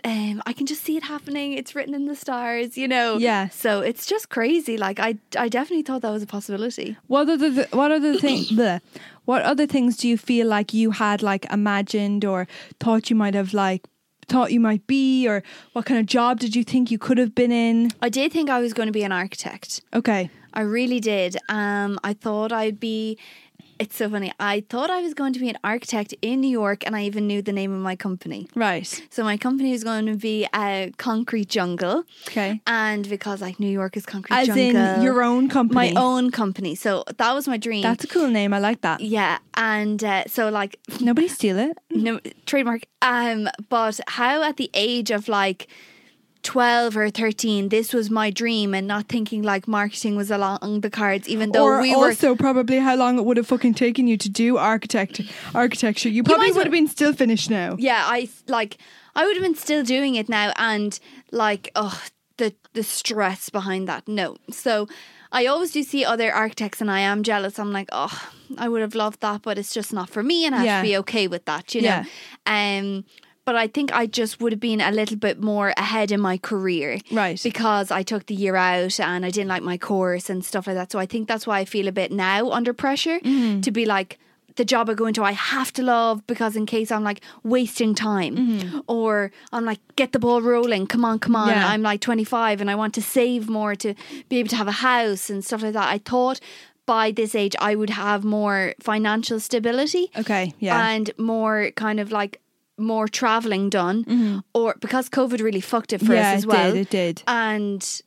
S3: um, I can just see it happening. It's written in the stars, you know?
S2: Yeah.
S3: So it's just crazy. Like, I, I definitely thought that was a possibility.
S2: What other th- what other thing bleh. what other things do you feel like you had like imagined or thought you might have like thought you might be or what kind of job did you think you could have been in?
S3: I did think I was going to be an architect.
S2: Okay.
S3: I really did. Um, I thought I'd be. It's so funny. I thought I was going to be an architect in New York, and I even knew the name of my company.
S2: Right.
S3: So my company is going to be uh, Concrete Jungle,
S2: Okay.
S3: and because like New York is Concrete
S2: As
S3: Jungle,
S2: in your own company.
S3: My own company. So that was my dream.
S2: That's a cool name. I like that.
S3: yeah, and uh, so like
S2: Nobody steal it.
S3: no trademark. Um, but how at the age of like twelve or thirteen, this was my dream, and not thinking like marketing was along the cards, even though
S2: or
S3: we were.
S2: also probably how long it would have fucking taken you to do architect architecture. You probably
S3: might as
S2: would have been still finished now.
S3: yeah, I like I would have been still doing it now, and like oh the the stress behind that. No, so. I always do see other architects and I am jealous. I'm like, oh, I would have loved that, but it's just not for me and I have
S2: Yeah.
S3: to be okay with that, you know? Um, but I think I just would have been a little bit more ahead in my career.
S2: Right.
S3: Because I took the year out and I didn't like my course and stuff like that. So I think that's why I feel a bit now under pressure
S2: Mm-hmm.
S3: to be like, the job I go into, I have to love because in case I'm like wasting time or I'm like, get the ball rolling, come on, come on.
S2: Mm-hmm. Yeah.
S3: I'm like 25 and I want to save more to be able to have a house and stuff like that. I thought by this age I would have more financial stability
S2: Okay. Oh, Yeah.
S3: and more kind of like more traveling done or because covid really fucked it for
S2: Mm-hmm. yeah,
S3: us as
S2: it
S3: well
S2: did. It did.
S3: and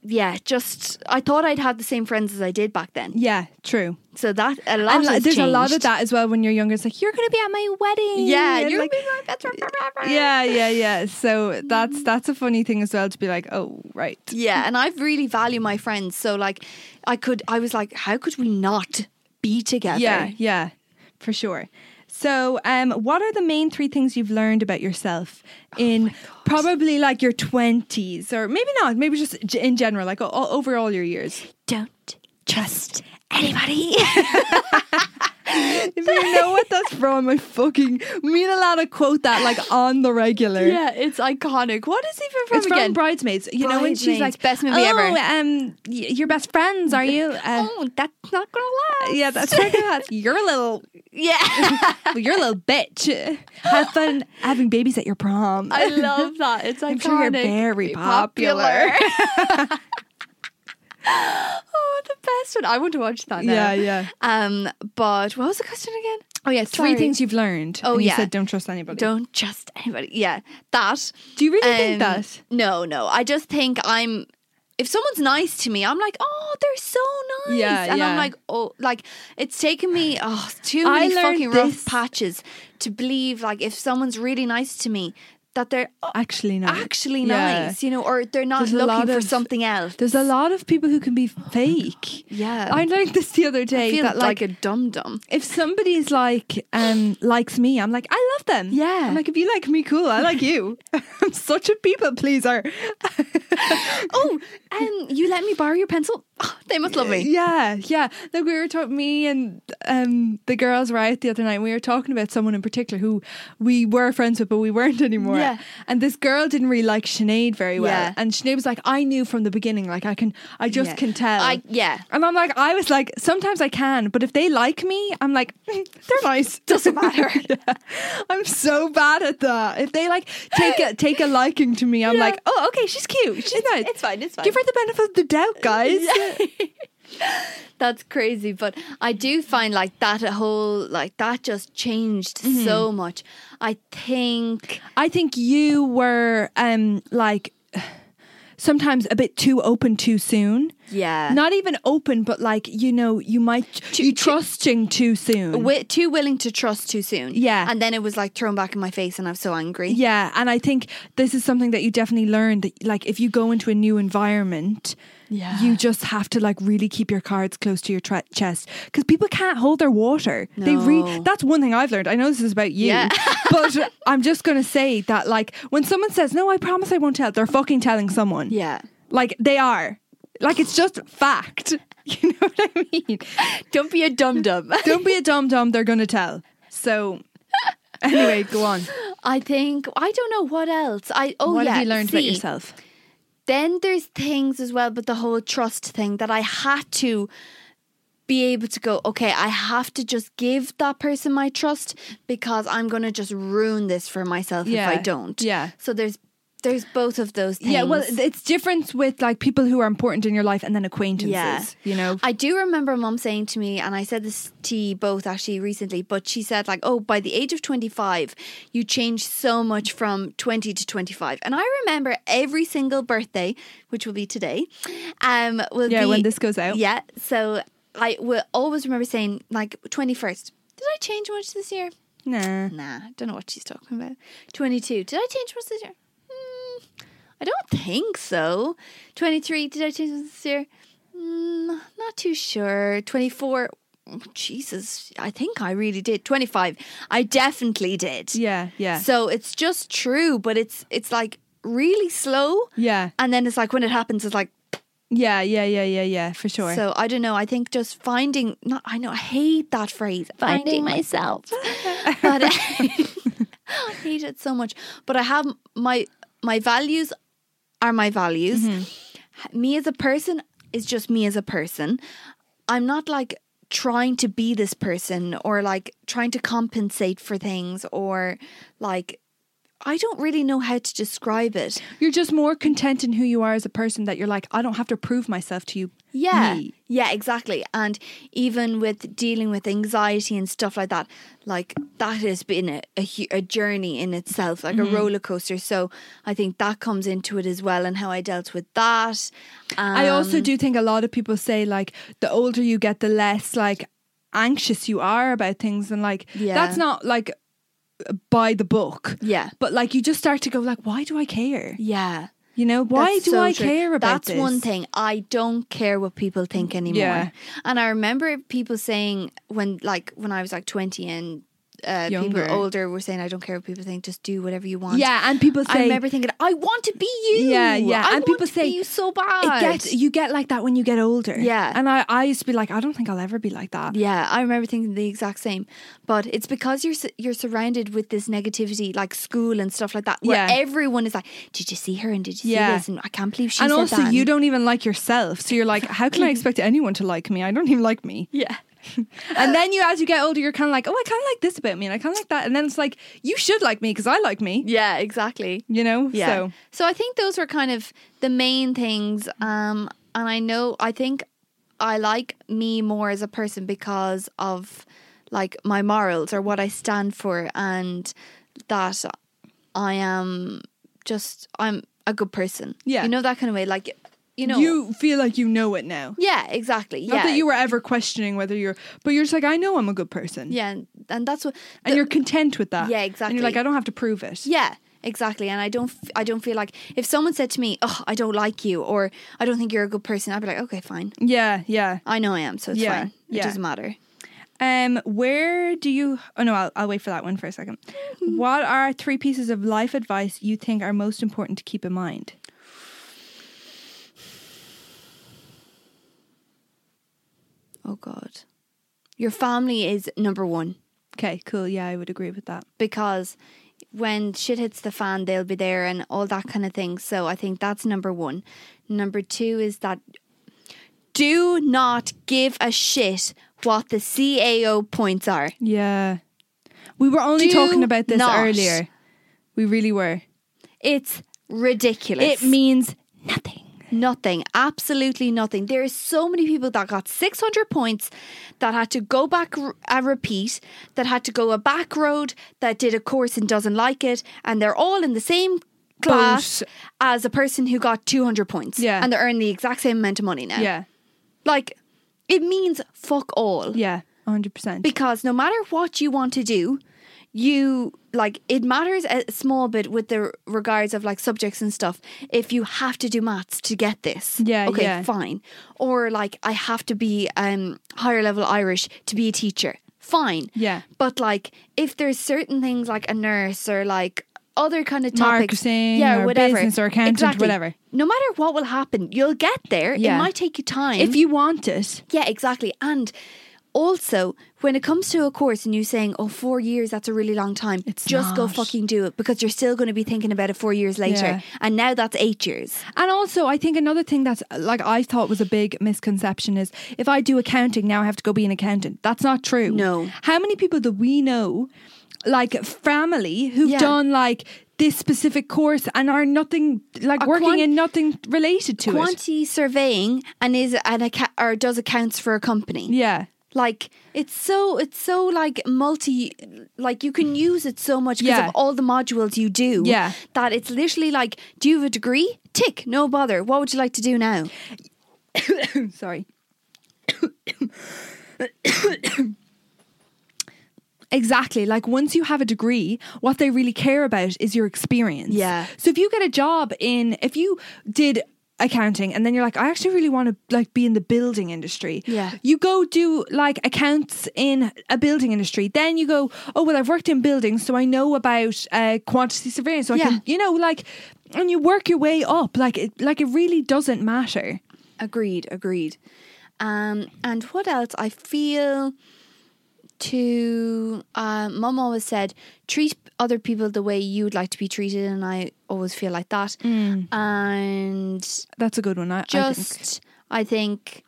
S3: yeah just i thought i'd have the same friends as i did back then
S2: Yeah, true.
S3: so that a lot
S2: And like,
S3: has
S2: there's a lot of
S3: changed.
S2: that as well when you're younger. It's like you're going to be at my wedding.
S3: yeah
S2: and
S3: you're
S2: like,
S3: gonna be my best friend forever
S2: yeah, yeah, yeah. So that's that's a funny thing as well to be like, oh, right.
S3: yeah and i really value my friends so like i could i was like how could we not be together
S2: Yeah, yeah, for sure. So, um, what are the main three things you've learned about yourself in probably like your twenties, or maybe not, maybe just g- in general, like o- o- over all your years?
S3: don't trust anybody
S2: If you know what that's from, I fucking me and Alana quote that like on the regular.
S3: Yeah, it's iconic. What is he from
S2: It's from
S3: again?
S2: Bridesmaids. You know when she's
S3: Bridesmaids,
S2: like,
S3: best movie
S2: oh,
S3: ever."
S2: Um, y- your best friends are you? Uh,
S3: oh, that's not gonna last.
S2: Yeah, that's right. That's your little,
S3: Yeah,
S2: your little bitch. Have fun having babies at your prom.
S3: I love that. It's iconic.
S2: I'm sure you're very popular.
S3: oh, the best one. I want to watch that. Now.
S2: Yeah, yeah.
S3: Um, but what was the question again?
S2: Oh yeah, three
S3: Sorry.
S2: things you've learned.
S3: Oh,
S2: and you
S3: yeah.
S2: said don't trust anybody.
S3: Don't trust anybody. Yeah, that.
S2: Do you really think
S3: Um,
S2: that?
S3: No, no. I just think I'm. If someone's nice to me, I'm like, oh, they're so nice,
S2: Yeah,
S3: and I'm
S2: yeah.
S3: like, oh, like it's taken me oh too
S2: I
S3: many
S2: learned
S3: fucking rough
S2: this-
S3: patches to believe like if someone's really nice to me that they're oh,
S2: Actually, no.
S3: actually
S2: Yeah.
S3: nice, you know, or they're not
S2: There's a lot
S3: looking for
S2: of-
S3: something else.
S2: There's a lot of people who can be fake.
S3: Yeah.
S2: I learned this the other day
S3: I feel
S2: that like,
S3: a dum dum.
S2: if somebody's like um likes me, I'm like I love them.
S3: Yeah.
S2: I'm like if you like me, cool. I like you. I'm such a people pleaser.
S3: Oh, um, you let me borrow your pencil? Oh, they must love me.
S2: Yeah, yeah. Like we were talking, me and um, the girls were out the other night. And we were talking about someone in particular who we were friends with, but we weren't anymore.
S3: Yeah.
S2: And this girl didn't really like Sinead very well.
S3: Yeah.
S2: And Sinead was like, I knew from the beginning. Like I can, I just
S3: Yeah.
S2: can tell.
S3: I yeah.
S2: and I'm like, I was like, sometimes I can, but if they like me, I'm like, "Mm, they're nice.
S3: Doesn't matter.
S2: Yeah. I'm so bad at that. If they like take a take a liking to me, I'm like, oh, okay, she's cute. She's nice.
S3: It's fine. It's fine.
S2: Give her the benefit of the doubt, guys.
S3: That's crazy, but I do find like that a whole like that just changed
S2: Mm-hmm.
S3: so much. I think
S2: I think you were um like sometimes a bit too open too soon.
S3: yeah,
S2: Not even open, but like you know, you might you trusting too soon.
S3: wi- too willing to trust too soon.
S2: Yeah.
S3: and then it was like thrown back in my face, and I was so angry.
S2: yeah, and I think this is something that you definitely learn that like if you go into a new environment,
S3: Yeah.
S2: you just have to like really keep your cards close to your tre- chest because people can't hold their water. They
S3: No.
S2: re- that's one thing I've learned. I know this is about you,
S3: Yeah.
S2: but I'm just going to say that like when someone says, "No, I promise I won't tell," they're fucking telling someone.
S3: yeah.
S2: Like they are. Like it's just fact. You know what I mean?
S3: Don't be a dum dum.
S2: Don't be a dum dum, they're gonna tell. So anyway, go on.
S3: I think I don't know what else. I oh
S2: what
S3: yeah.
S2: have you learned about
S3: see,
S2: yourself?
S3: then there's things as well but the whole trust thing that i had to be able to go okay i have to just give that person my trust because i'm going to just ruin this for myself
S2: Yeah.
S3: if i don't
S2: Yeah.
S3: so there's there's both of those things
S2: Yeah, well it's different with like people who are important in your life and then acquaintances. You know?
S3: I do remember mum saying to me, and I said this to you both actually recently, but she said, like, oh, by the age of 25, you change so much from 20 to 25. And I remember every single birthday, which will be today, um, will
S2: Yeah,
S3: be-
S2: when this goes out.
S3: Yeah. So I will always remember saying, like, 21st, did I change much this year?
S2: nah.
S3: Nah, don't know what she's talking about. 22. Did I change much this year? Hmm, I don't think so. 23. Did I change much this year? Mm, not too sure. 24. oh, Jesus, I think I really did. 25. I definitely did.
S2: Yeah, yeah.
S3: So it's just true, but it's it's like really slow.
S2: yeah.
S3: And then it's like when it happens, it's like,
S2: Yeah, yeah, yeah, yeah, yeah, for sure.
S3: so I don't know. I think just finding, not, I know, I hate that phrase, finding myself. but I hate it so much. But I have my, my values are my values. Me as a person is just me as a person. I'm not like trying to be this person or like trying to compensate for things or like, I don't really know how to describe it.
S2: You're just more content in who you are as a person that you're like, I don't have to prove myself to you.
S3: Yeah.
S2: Me.
S3: Yeah, exactly. And even with dealing with anxiety and stuff like that, like that has been a, a, hu- a journey in itself, like
S2: Mm-hmm.
S3: a roller coaster. So I think that comes into it as well and how I dealt with that. Um,
S2: I also do think a lot of people say like the older you get, the less like anxious you are about things, and like
S3: Yeah.
S2: that's not like by the book.
S3: Yeah.
S2: But like you just start to go like, why do I care?
S3: Yeah.
S2: You know, why
S3: That's
S2: do
S3: so
S2: I
S3: true.
S2: care about
S3: That's one
S2: this?
S3: thing. I don't care what people think anymore.
S2: Yeah.
S3: And I remember people saying when like when I was like 20 and uh,
S2: Younger.
S3: people older were saying, I don't care what people think, just do whatever you want.
S2: Yeah, and people
S3: I
S2: say
S3: remember thinking, I want to be you.
S2: Yeah, yeah,
S3: I
S2: and
S3: want
S2: people
S3: to
S2: say,
S3: be you so
S2: it
S3: bad.
S2: gets you get like that when you get older.
S3: Yeah.
S2: and I I used to be like, I don't think I'll ever be like that.
S3: Yeah, I remember thinking the exact same. But it's because you're su- you're surrounded with this negativity, like school and stuff like that, where
S2: Yeah.
S3: everyone is like, "Did you see her?" and "Did you
S2: Yeah.
S3: see this?" and "I can't believe she
S2: and
S3: said
S2: also,
S3: that."
S2: you don't even like yourself, so you're like, how can I expect anyone to like me? I don't even like me.
S3: Yeah,
S2: And then you, as you get older, you're kind of like, oh, I kind of like this about me, and I kind of like that. And then it's like, you should like me because I like me.
S3: yeah, exactly.
S2: You know.
S3: Yeah.
S2: So
S3: So. I think those were kind of the main things. Um, and I know I think I like me more as a person because of like my morals or what I stand for, and that I am just I'm a good person.
S2: Yeah.
S3: you know that kind of way. Like you know,
S2: you feel like you know it now.
S3: yeah, exactly.
S2: Not
S3: yeah,
S2: that you were ever questioning whether you're, but you're just like, I know I'm a good person.
S3: yeah, and, and that's what
S2: And you're content with that.
S3: Yeah,
S2: And
S3: exactly.
S2: you're like, I don't have to prove it.
S3: Yeah, exactly. And I don't, f- I don't feel like if someone said to me, "Oh, I don't like you," or "I don't think you're a good person," I'd be like, "Okay, fine."
S2: Yeah, yeah.
S3: I know I am, so it's
S2: Yeah,
S3: fine. It
S2: yeah.
S3: doesn't matter.
S2: Um, where do you? Oh no, I'll, I'll wait for that one for a second. what are three pieces of life advice you think are most important to keep in mind?
S3: Oh God, your family is number one
S2: Okay, cool. Yeah, I would agree with that.
S3: because when shit hits the fan, they'll be there and all that kind of thing. So I think that's number one. Number two is that do not give a shit what the CAO points are.
S2: Yeah, we were only
S3: Do
S2: talking about this
S3: not.
S2: earlier. We really were.
S3: It's ridiculous.
S2: It means nothing.
S3: Nothing. Absolutely nothing. There is so many people that got 600 points that had to go back r- a repeat, that had to go a back road, that did a course and doesn't like it, and they're all in the same class
S2: Boat.
S3: as a person who got 200 points.
S2: Yeah.
S3: And they're earning the exact same amount of money now.
S2: Yeah,
S3: Like, it means fuck all.
S2: yeah, hundred percent.
S3: Because no matter what you want to do, you like it matters a small bit with the regards of like subjects and stuff. If you have to do maths to get this,
S2: Yeah,
S3: okay,
S2: yeah.
S3: fine. Or like I have to be um higher level Irish to be a teacher, fine.
S2: Yeah.
S3: But like if there's certain things like a nurse or like other kind of topics,
S2: Marketing
S3: yeah,
S2: or
S3: whatever,
S2: business or accountant,
S3: Exactly.
S2: whatever.
S3: No matter what will happen, you'll get there.
S2: Yeah.
S3: It might take you time
S2: If you want it,
S3: yeah, exactly. And also, when it comes to a course and you saying, oh, four years, that's a really long time,
S2: It's
S3: just go
S2: not.
S3: fucking do it because you're still going to be thinking about it four years later.
S2: Yeah.
S3: And now that's eight years.
S2: And also, I think another thing that's like I thought was a big misconception is if I do accounting now, I have to go be an accountant. That's not true.
S3: No.
S2: How many people do we know, like family, who've
S3: Yeah.
S2: done like this specific course and are nothing like
S3: A
S2: working
S3: quant-
S2: in nothing related to it?
S3: Quantity surveying and is an account or does accounts for a company.
S2: Yeah.
S3: Like it's so it's so like multi like you can use it so much because
S2: Yeah.
S3: of all the modules you do.
S2: Yeah.
S3: That it's literally like, do you have a degree? Tick, no bother. What would you like to do now?
S2: Sorry. Exactly. Like once you have a degree, what they really care about is your experience.
S3: Yeah.
S2: So if you get a job in if you did accounting and then you're like I actually really want to like be in the building industry.
S3: Yeah.
S2: You go do like accounts in a building industry. Then you go, "Oh, well I've worked in buildings, so I know about uh quantity surveying, so I
S3: Yeah.
S2: can, you know, like and you work your way up. Like it like it really doesn't matter.
S3: Agreed, agreed. Um, and what else? I feel to uh, mum always said treat other people the way you would like to be treated, and I always feel like that. And
S2: That's a good one. I, I think.
S3: just Mm. I think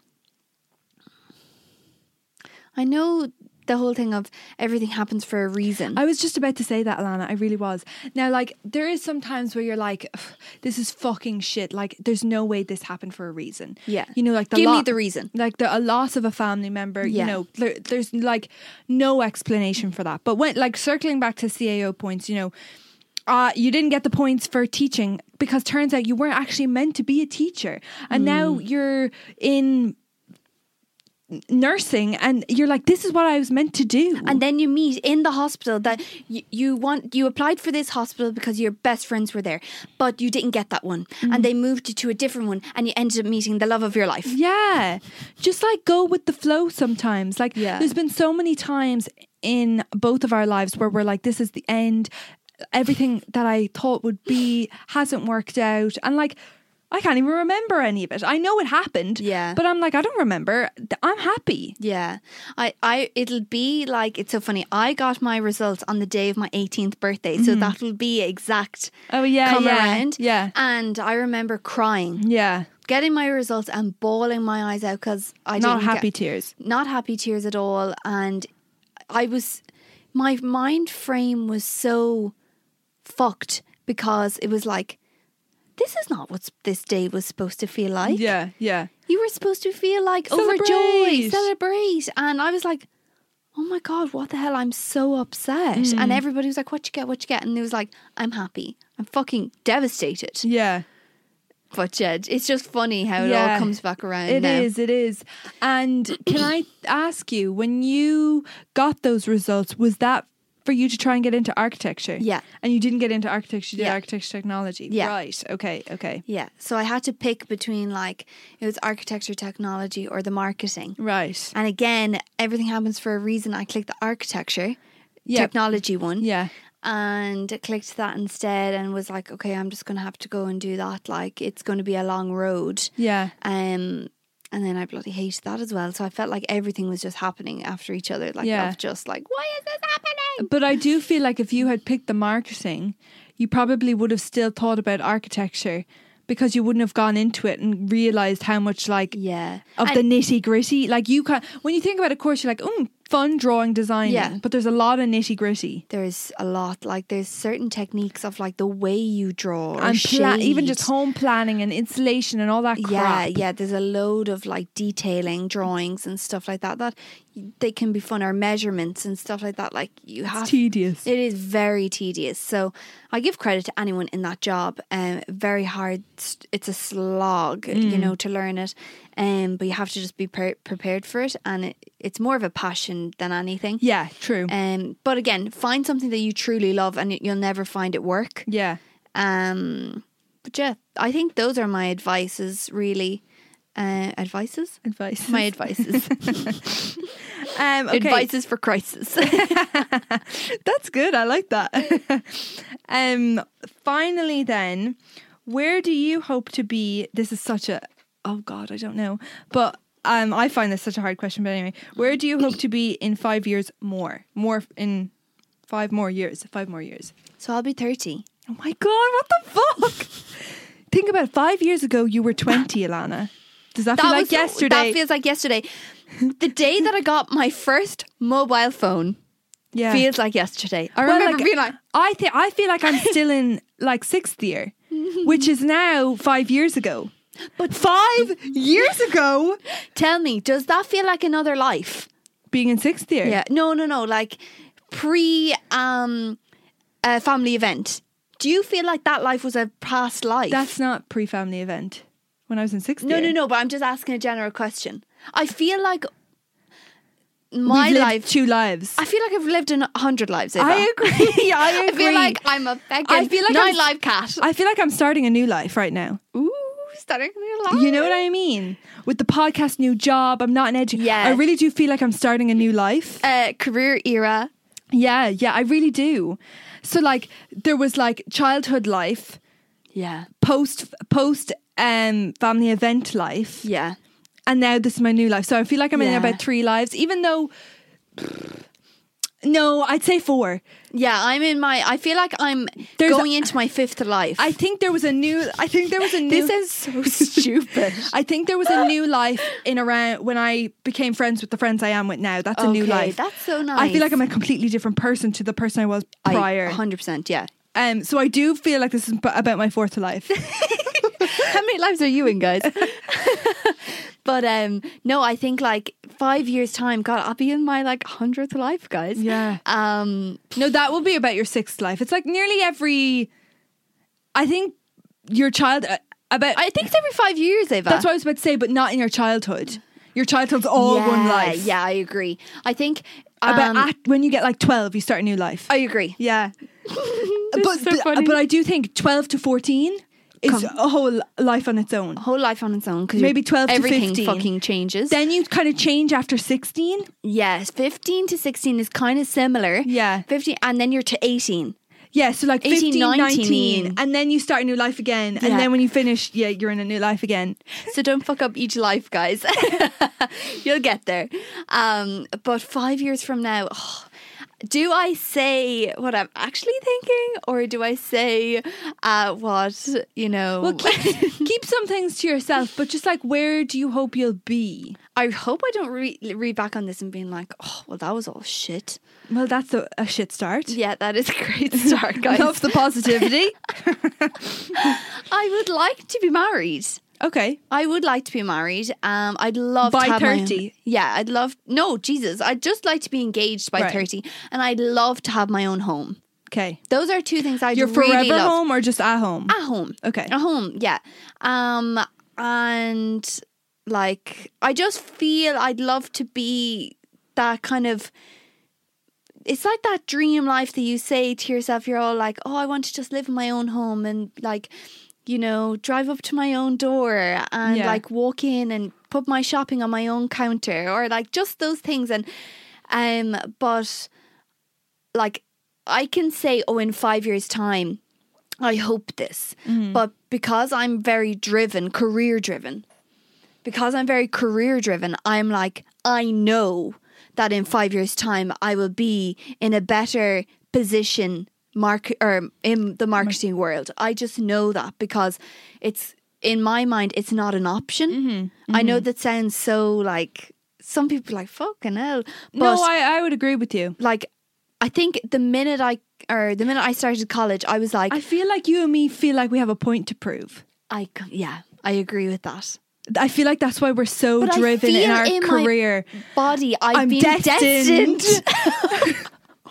S3: I know the whole thing of everything happens for a reason.
S2: I was just about to say that, Alana. I really was. Now, like, there is some times where you're like, "Ugh, "This is fucking shit." Like, there's no way this happened for a reason.
S3: Yeah.
S2: you know, like the
S3: Give me
S2: lo-
S3: the reason.
S2: like the a loss of a family member.
S3: Yeah.
S2: You know, there, there's like no explanation for that. But when like circling back to CAO points, you know. Uh, you didn't get the points for teaching because turns out you
S3: Mm.
S2: weren't actually meant to be a teacher, and now you're in nursing, and you're like, this is what I was meant to do.
S3: and then you meet in the hospital that you, you want you applied for this hospital because your best friends were there but you didn't get that one and they moved you to a different one and you ended up meeting the love of your life
S2: Yeah. Just like go with the flow sometimes. Like
S3: Yeah.
S2: there's been so many times in both of our lives where we're like, this is the end. Everything that I thought would be hasn't worked out. And like I can't even remember any of it. I know it happened.
S3: Yeah.
S2: But I'm like, I don't remember. Th- I'm happy.
S3: yeah i i it'll be like it's so funny i got my results on the day of my 18th birthday so that'll be exact
S2: Oh, yeah,
S3: come
S2: yeah,
S3: around
S2: yeah.
S3: and i remember crying
S2: Yeah.
S3: getting my results and bawling my eyes out because i
S2: Not
S3: didn't
S2: happy
S3: get,
S2: tears.
S3: not happy tears at all and i was my mind frame was so fucked because it was like this is not what this day was supposed to feel like
S2: Yeah. Yeah.
S3: you were supposed to feel like
S2: Celebrate.
S3: overjoyed celebrate and i was like oh my god what the hell i'm so upset and
S2: Mm.
S3: everybody was like what you get what you get and it was like i'm happy i'm fucking devastated
S2: Yeah.
S3: but yeah it's just funny how it
S2: Yeah.
S3: all comes back around
S2: It is,
S3: now.
S2: it is. And can I ask you, when you got those results, was that for you to try and get into architecture?
S3: Yeah.
S2: And you didn't get into architecture, you did
S3: Yeah.
S2: architecture technology.
S3: Yeah.
S2: Right. Okay, okay.
S3: Yeah. So I had to pick between like it was architecture technology or the marketing.
S2: Right.
S3: And again, everything happens for a reason. I clicked the architecture
S2: Yeah.
S3: technology one.
S2: Yeah.
S3: And clicked that instead and was like, okay, I'm just gonna have to go and do that. Like it's gonna be a long road.
S2: Yeah.
S3: Um and then I bloody hated that as well. So I felt like everything was just happening after each other. Like
S2: Yeah.
S3: of just like, why is this happening?
S2: But I do feel like if you had picked the marketing, you probably would have still thought about architecture because you wouldn't have gone into it and realized how much like
S3: Yeah.
S2: of
S3: And-
S2: the nitty gritty. Like you can when you think about a course, you're like, mm, fun drawing design.
S3: Yeah.
S2: But there's a lot of nitty gritty.
S3: there's a lot like there's certain techniques of like the way you draw or
S2: and pla- even
S3: shade.
S2: just home planning and insulation and all that crap.
S3: yeah yeah there's a load of like detailing drawings and stuff like that that they can be fun or measurements and stuff like that like you have
S2: tedious.
S3: it is very tedious so i give credit to anyone in that job um very hard s- it's a slog you
S2: Mm.
S3: know to learn it um but you have to just be pre- prepared for it and it, it's more of a passion than anything
S2: Yeah, true.
S3: um but again find something that you truly love and you'll never find it work
S2: yeah.
S3: um, but yeah, I think those are my advices, really. Uh, advices?
S2: Advice.
S3: My advices.
S2: um, okay.
S3: Advices for crisis.
S2: That's good. I like that. um, finally, then, where do you hope to be? This is such a, oh God, I don't know. But um, I find this such a hard question. But anyway, where do you hope to be in five years more? More f- in five more years. Five more years.
S3: so I'll be 30.
S2: Oh my God, what the fuck? Think about it, five years ago, you were 20, Alana. Does that, feel like
S3: was-
S2: yesterday?
S3: That feels like yesterday. The day that I got my first mobile phone
S2: yeah.
S3: feels like yesterday. I
S2: Well,
S3: remember
S2: like,
S3: being like,
S2: I think I feel like I'm still in like sixth year, which is now five years ago. But five years ago,
S3: tell me, does that feel like another life?
S2: being in sixth year.
S3: Yeah. No, no, no. Like pre um, uh, family event. Do you feel like that life was a past life?
S2: That's not pre family event when I was in sixth
S3: No,
S2: year.
S3: no, no. But I'm just asking a general question. I feel like
S2: We've
S3: my
S2: lived
S3: life.
S2: two lives.
S3: I feel like I've lived in a hundred lives. Eva.
S2: I agree. I agree.
S3: I feel like I'm a fucking I feel like
S2: I'm-
S3: nine live cat.
S2: I feel like I'm starting a new life right now.
S3: Ooh, starting a new life.
S2: You know what I mean? With the podcast, new job, I'm not an educator.
S3: Yeah.
S2: I really do feel like I'm starting a new life.
S3: Uh, career era.
S2: Yeah, yeah, I really do. So like there was like childhood life,
S3: Yeah.
S2: post post um family event life,
S3: Yeah.
S2: and now this is my new life. So I feel like I'm in
S3: Yeah.
S2: about three lives, even though no, I'd say four.
S3: Yeah. I'm in my. I feel like I'm
S2: There's
S3: going into my fifth life.
S2: I think there was a new I think there was a new
S3: this is so stupid.
S2: I think there was a new life in around when I became friends with the friends I am with now. That's a new
S3: Okay,
S2: life.
S3: that's so
S2: I feel
S3: nice.
S2: like I'm a completely different person to the person I was prior.
S3: Hundred percent. Yeah.
S2: um, so I do feel like this is b- about my fourth life.
S3: How many lives are you in, guys? but um no, I think like five years time, God, I'll be in my like hundredth life, guys.
S2: Yeah.
S3: Um
S2: No, that will be about your sixth life. It's like nearly every. I think your child uh, about.
S3: I think it's every five years, Eva.
S2: that's what I was about to say, but not in your childhood. Your childhood's all
S3: yeah,
S2: one life.
S3: Yeah, I agree. I think.
S2: Uh, But
S3: um,
S2: at, when you get like 12, you start a new life.
S3: I agree.
S2: yeah.
S3: This
S2: but,
S3: is so
S2: but,
S3: funny.
S2: but I do think 12 to 14 is
S3: Come.
S2: a whole life on its own.
S3: whole life on its own because
S2: Maybe 12 to
S3: everything
S2: 15.
S3: fucking changes.
S2: Then you kind of change after 16.
S3: yes, fifteen to sixteen is kind of similar.
S2: Yeah.
S3: fifteen, and then you're to eighteen.
S2: Yeah, so like
S3: 18,
S2: 15, 19,
S3: 19.
S2: and then you start a new life again.
S3: Yeah.
S2: And then when you finish, yeah, you're in a new life again.
S3: So don't fuck up each life, guys. You'll get there. Um, but five years from now, do I say what I'm actually thinking, or do I say uh, what you know?
S2: Well, keep, keep some things to yourself, but just like, where do you hope you'll be?
S3: I hope I don't re- read back on this and being like, oh, well, that was all shit.
S2: Well, that's a, a shit start.
S3: Yeah, that is a great start, guys.
S2: Love the positivity.
S3: I would like to be married.
S2: okay.
S3: I would like to be married. Um, I'd love
S2: By
S3: to have my
S2: 30?
S3: Own, yeah, I'd love. No, Jesus, I'd just like to be engaged by
S2: Right.
S3: thirty, and I'd love to have my own home.
S2: Okay.
S3: Those are two things I'd
S2: Your forever
S3: really love.
S2: home or just at home?
S3: A home,
S2: Okay.
S3: a home, yeah. Um, and like, I just feel I'd love to be that kind of. It's like that dream life that you say to yourself. You're all like, "Oh, I want to just live in my own home and like, you know, drive up to my own door and
S2: Yeah.
S3: like walk in and put my shopping on my own counter or like just those things." And um, but like I can say, oh, in five years' time, I hope this. But because I'm very driven, career driven, because I'm very career driven, I'm like, I know that in five years' time, I will be in a better position market or in the marketing world. I just know that because it's in my mind, it's not an option. I know that sounds so like some people are like fucking hell, but
S2: no, I, I would agree with you.
S3: like I think the minute I or the minute I started college, I was like,
S2: I
S3: I,
S2: feel like you and me feel like we have a point to prove.
S3: c- yeah, I agree with that.
S2: I feel like that's why we're so
S3: But I
S2: driven in
S3: feel
S2: our
S3: in my-
S2: career.
S3: Body, I've
S2: I'm
S3: been destined.
S2: destined.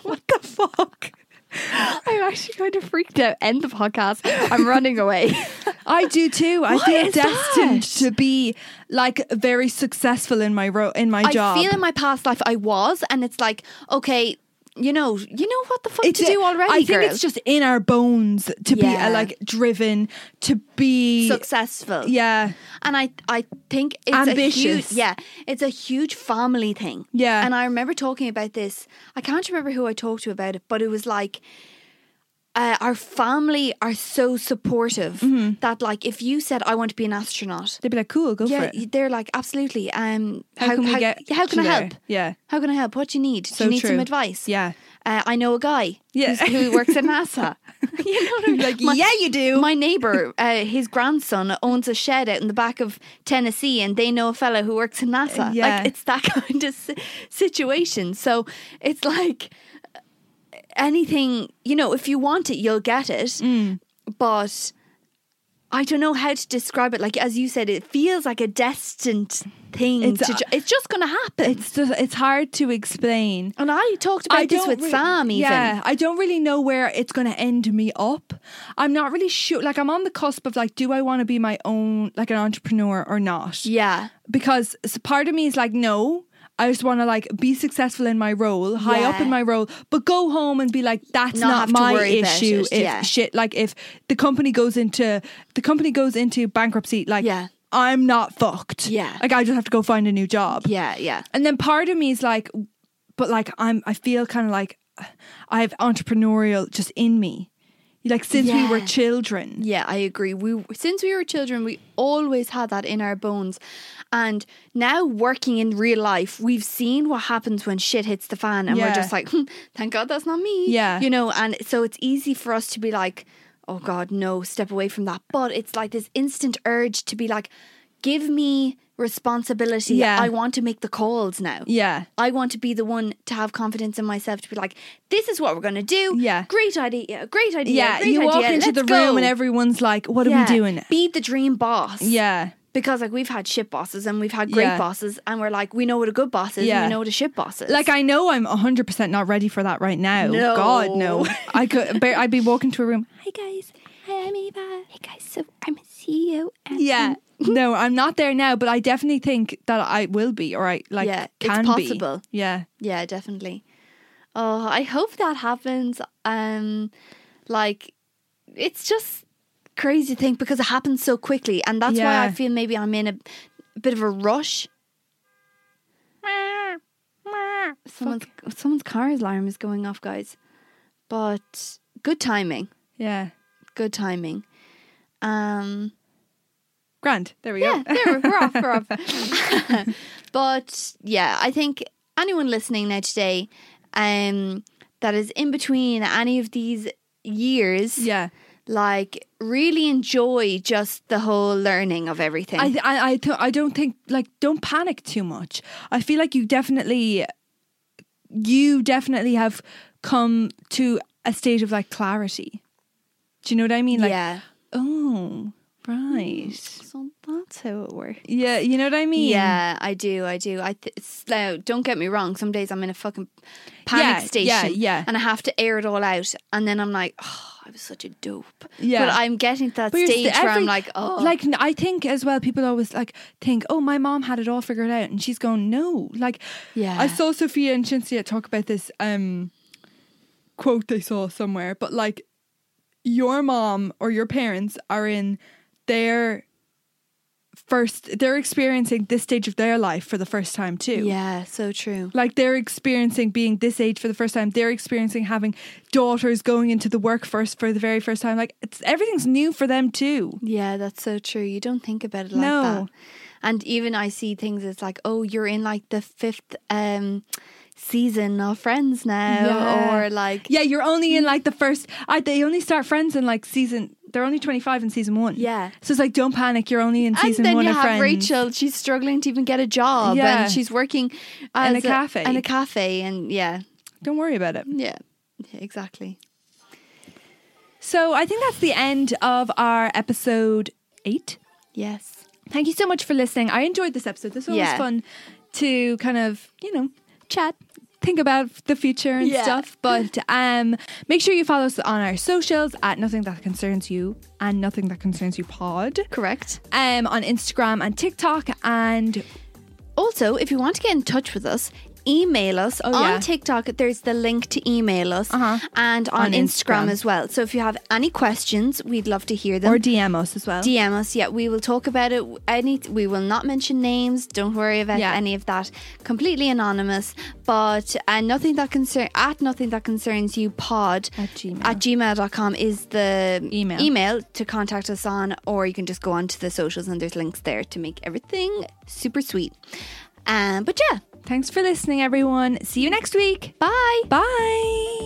S2: what the fuck?
S3: I'm actually kind of freaked out. End the podcast. I'm running away.
S2: I do too. I feel
S3: is
S2: destined
S3: that?
S2: to be like very successful in my ro- in my
S3: I
S2: job.
S3: feel in my past life I was, and it's like, okay, you know, you know what the fuck
S2: It's-
S3: to do already.
S2: I think
S3: girl.
S2: it's just in our bones to be
S3: Yeah.
S2: uh, like driven to be
S3: successful.
S2: yeah.
S3: and I I think it's A huge,
S2: Ambitious.
S3: yeah, it's a huge family thing.
S2: Yeah.
S3: and I remember talking about this. I can't remember who I talked to about it, but it was like. Uh, our family are so supportive that, like, if you said I want to be an astronaut,
S2: They'd be like, "Cool, Mm-hmm. go for
S3: yeah,
S2: it."
S3: y- they're like, absolutely. Um,
S2: How, can we get?
S3: yeah, How can I
S2: you there?
S3: help?
S2: Yeah,
S3: How can I help? What do you need? do
S2: So
S3: you need some
S2: true.
S3: advice?
S2: yeah.
S3: Uh, I know a guy
S2: Yeah.
S3: who's- who works at NASA. you know what I mean?
S2: Like,
S3: My-
S2: yeah, you do.
S3: my neighbor, uh, his grandson owns a shed out in the back of Tennessee, and they know a fella who works in NASA.
S2: Yeah.
S3: Like it's that kind of si- situation. So it's like uh, anything, you know, if you want it, you'll get it.
S2: Mm.
S3: But I don't know how to describe it. Like as you said, it feels like a destined thing. It's,
S2: It's
S3: to
S2: a-
S3: ju- it's just going to happen.
S2: it's just, it's hard to explain.
S3: and I talked about this
S2: don't
S3: with
S2: re-
S3: Sam. Even.
S2: Yeah, I don't really know where it's going to end me up. I'm not really sure. Like, I'm on the cusp of like, do I want to be my own, like an entrepreneur or not?
S3: Yeah.
S2: Because s- part of me is like, no. I just want to like be successful in my role, high up
S3: Yeah.
S2: in my role, but go home and be like, that's
S3: Not have
S2: not,
S3: to
S2: my
S3: worry about
S2: issue.
S3: it,
S2: If
S3: yeah.
S2: shit, like if the company goes into the company goes into bankruptcy, like
S3: Yeah.
S2: I'm not fucked.
S3: Yeah.
S2: like I just have to go find a new job.
S3: Yeah. Yeah.
S2: And then part of me is like, but like I'm, I feel kind of like I have entrepreneurial just in me, like since we were
S3: Yeah.
S2: children.
S3: Yeah, I agree. We since we were children, we always had that in our bones. And now working in real life, we've seen what happens when shit hits the fan and we're
S2: Yeah.
S3: just like, hmm, thank God that's not me.
S2: Yeah.
S3: You know, and so it's easy for us to be like, oh God, no, step away from that. But it's like this instant urge to be like, give me responsibility.
S2: Yeah.
S3: I want to make the calls now.
S2: Yeah.
S3: I want to be the one to have confidence in myself to be like, this is what we're going to do.
S2: Yeah.
S3: Great idea. Great idea.
S2: Yeah,
S3: great
S2: you
S3: idea.
S2: walk into
S3: Let's
S2: the
S3: go.
S2: room and everyone's like, "What
S3: Yeah.
S2: are we doing?"
S3: Be the dream boss.
S2: Yeah,
S3: Because like we've had shit bosses and we've had great
S2: Yeah.
S3: bosses and we're like, we know what a good boss is
S2: Yeah.
S3: and we know what a shit boss is.
S2: like I know I'm 100 percent not ready for that right now.
S3: No.
S2: God, no. I could. Bear, I'd be walking to a room.
S4: Hi guys, hi, I'm Eva. Hey guys, so I'm a CEO and
S2: Yeah.
S4: I'm
S2: no, I'm not there now, but I definitely think that I will be, or I like
S3: Yeah, it's
S2: can be.
S3: possible.
S2: Yeah,
S3: Yeah, definitely. Oh, I hope that happens. Um, like it's just crazy to think because it happens so quickly, and that's why I
S2: Yeah.
S3: feel maybe I'm in a, a bit of a rush. Someone's someone's car alarm is going off, guys. But good timing,
S2: yeah,
S3: good timing. Um,
S2: grand. There we
S3: yeah,
S2: go.
S3: there we're off, we're off. but yeah, I think anyone listening now today, um, that is in between any of these years,
S2: yeah,
S3: like really enjoy just the whole learning of everything.
S2: I, th- I, I, th- I don't think like don't panic too much. I feel like you definitely, you definitely have come to a state of like clarity. Do you know what I mean? Like,
S3: yeah.
S2: oh, right.
S3: So that's how it works.
S2: Yeah, you know what I mean.
S3: Yeah, I do. I do. I th- it's- now, don't get me wrong. Some days I'm in a fucking panic
S2: Yeah,
S3: station,
S2: yeah, yeah.
S3: and I have to air it all out, and then I'm like, oh, I was such a dope.
S2: Yeah.
S3: but I'm getting to that
S2: But you're
S3: stage
S2: st-
S3: where I'm
S2: every-
S3: like, oh,
S2: like n- I think as well. People always like think, oh, my mom had it all figured out, and she's going, no, like,
S3: Yeah.
S2: I saw Sophia and Shinsia talk about this um quote they saw somewhere, but like, your mom or your parents are in their first, they're experiencing this stage of their life for the first time too.
S3: Yeah, so true.
S2: Like they're experiencing being this age for the first time. They're experiencing having daughters going into the workforce for the very first time. Like it's everything's new for them too.
S3: Yeah, that's so true. You don't think about it like
S2: No.
S3: that. And even I see things as like, oh, you're in like the fifth um season of Friends now,
S2: Yeah.
S3: or like,
S2: Yeah, you're only in like the first. I, they only start friends in like season. They're only 25 in season one.
S3: Yeah.
S2: So it's like, don't panic. You're only in
S3: And
S2: season
S3: then
S2: one
S3: you
S2: of
S3: have
S2: Friends.
S3: Rachel. She's struggling to even get a job,
S2: Yeah.
S3: and she's working as
S2: a cafe.
S3: In a cafe, and yeah,
S2: Don't worry about it.
S3: yeah, yeah, exactly.
S2: So I think that's the end of our episode eight.
S3: Yes,
S2: Thank you so much for listening. I enjoyed this episode. This one
S3: Yeah.
S2: was fun to kind of, you know, chat, think about the future and
S3: Yeah.
S2: stuff. But um, make sure you follow us on our socials at Nothing That Concerns You and Nothing That Concerns You Pod.
S3: correct.
S2: Um, on Instagram and TikTok and
S3: Also, if you want to get in touch with us, email us
S2: Oh,
S3: on
S2: yeah.
S3: TikTok. There's the link to email us,
S2: Uh-huh.
S3: and on,
S2: On
S3: Instagram.
S2: Instagram.
S3: as well. So if you have any questions, we'd love to hear them.
S2: or DM us as well.
S3: DM us. Yeah, we will talk about it. Any, we will not mention names. Don't worry about
S2: Yeah.
S3: any of that. Completely anonymous. But uh, nothing that concern at nothing that concerns you pod
S2: At Gmail.
S3: at gmail.com is the
S2: Email.
S3: email to contact us on, or you can just go onto the socials and there's links there to make everything super sweet. Um, but yeah,
S2: Thanks for listening, everyone. See you next week.
S3: bye.
S2: Bye.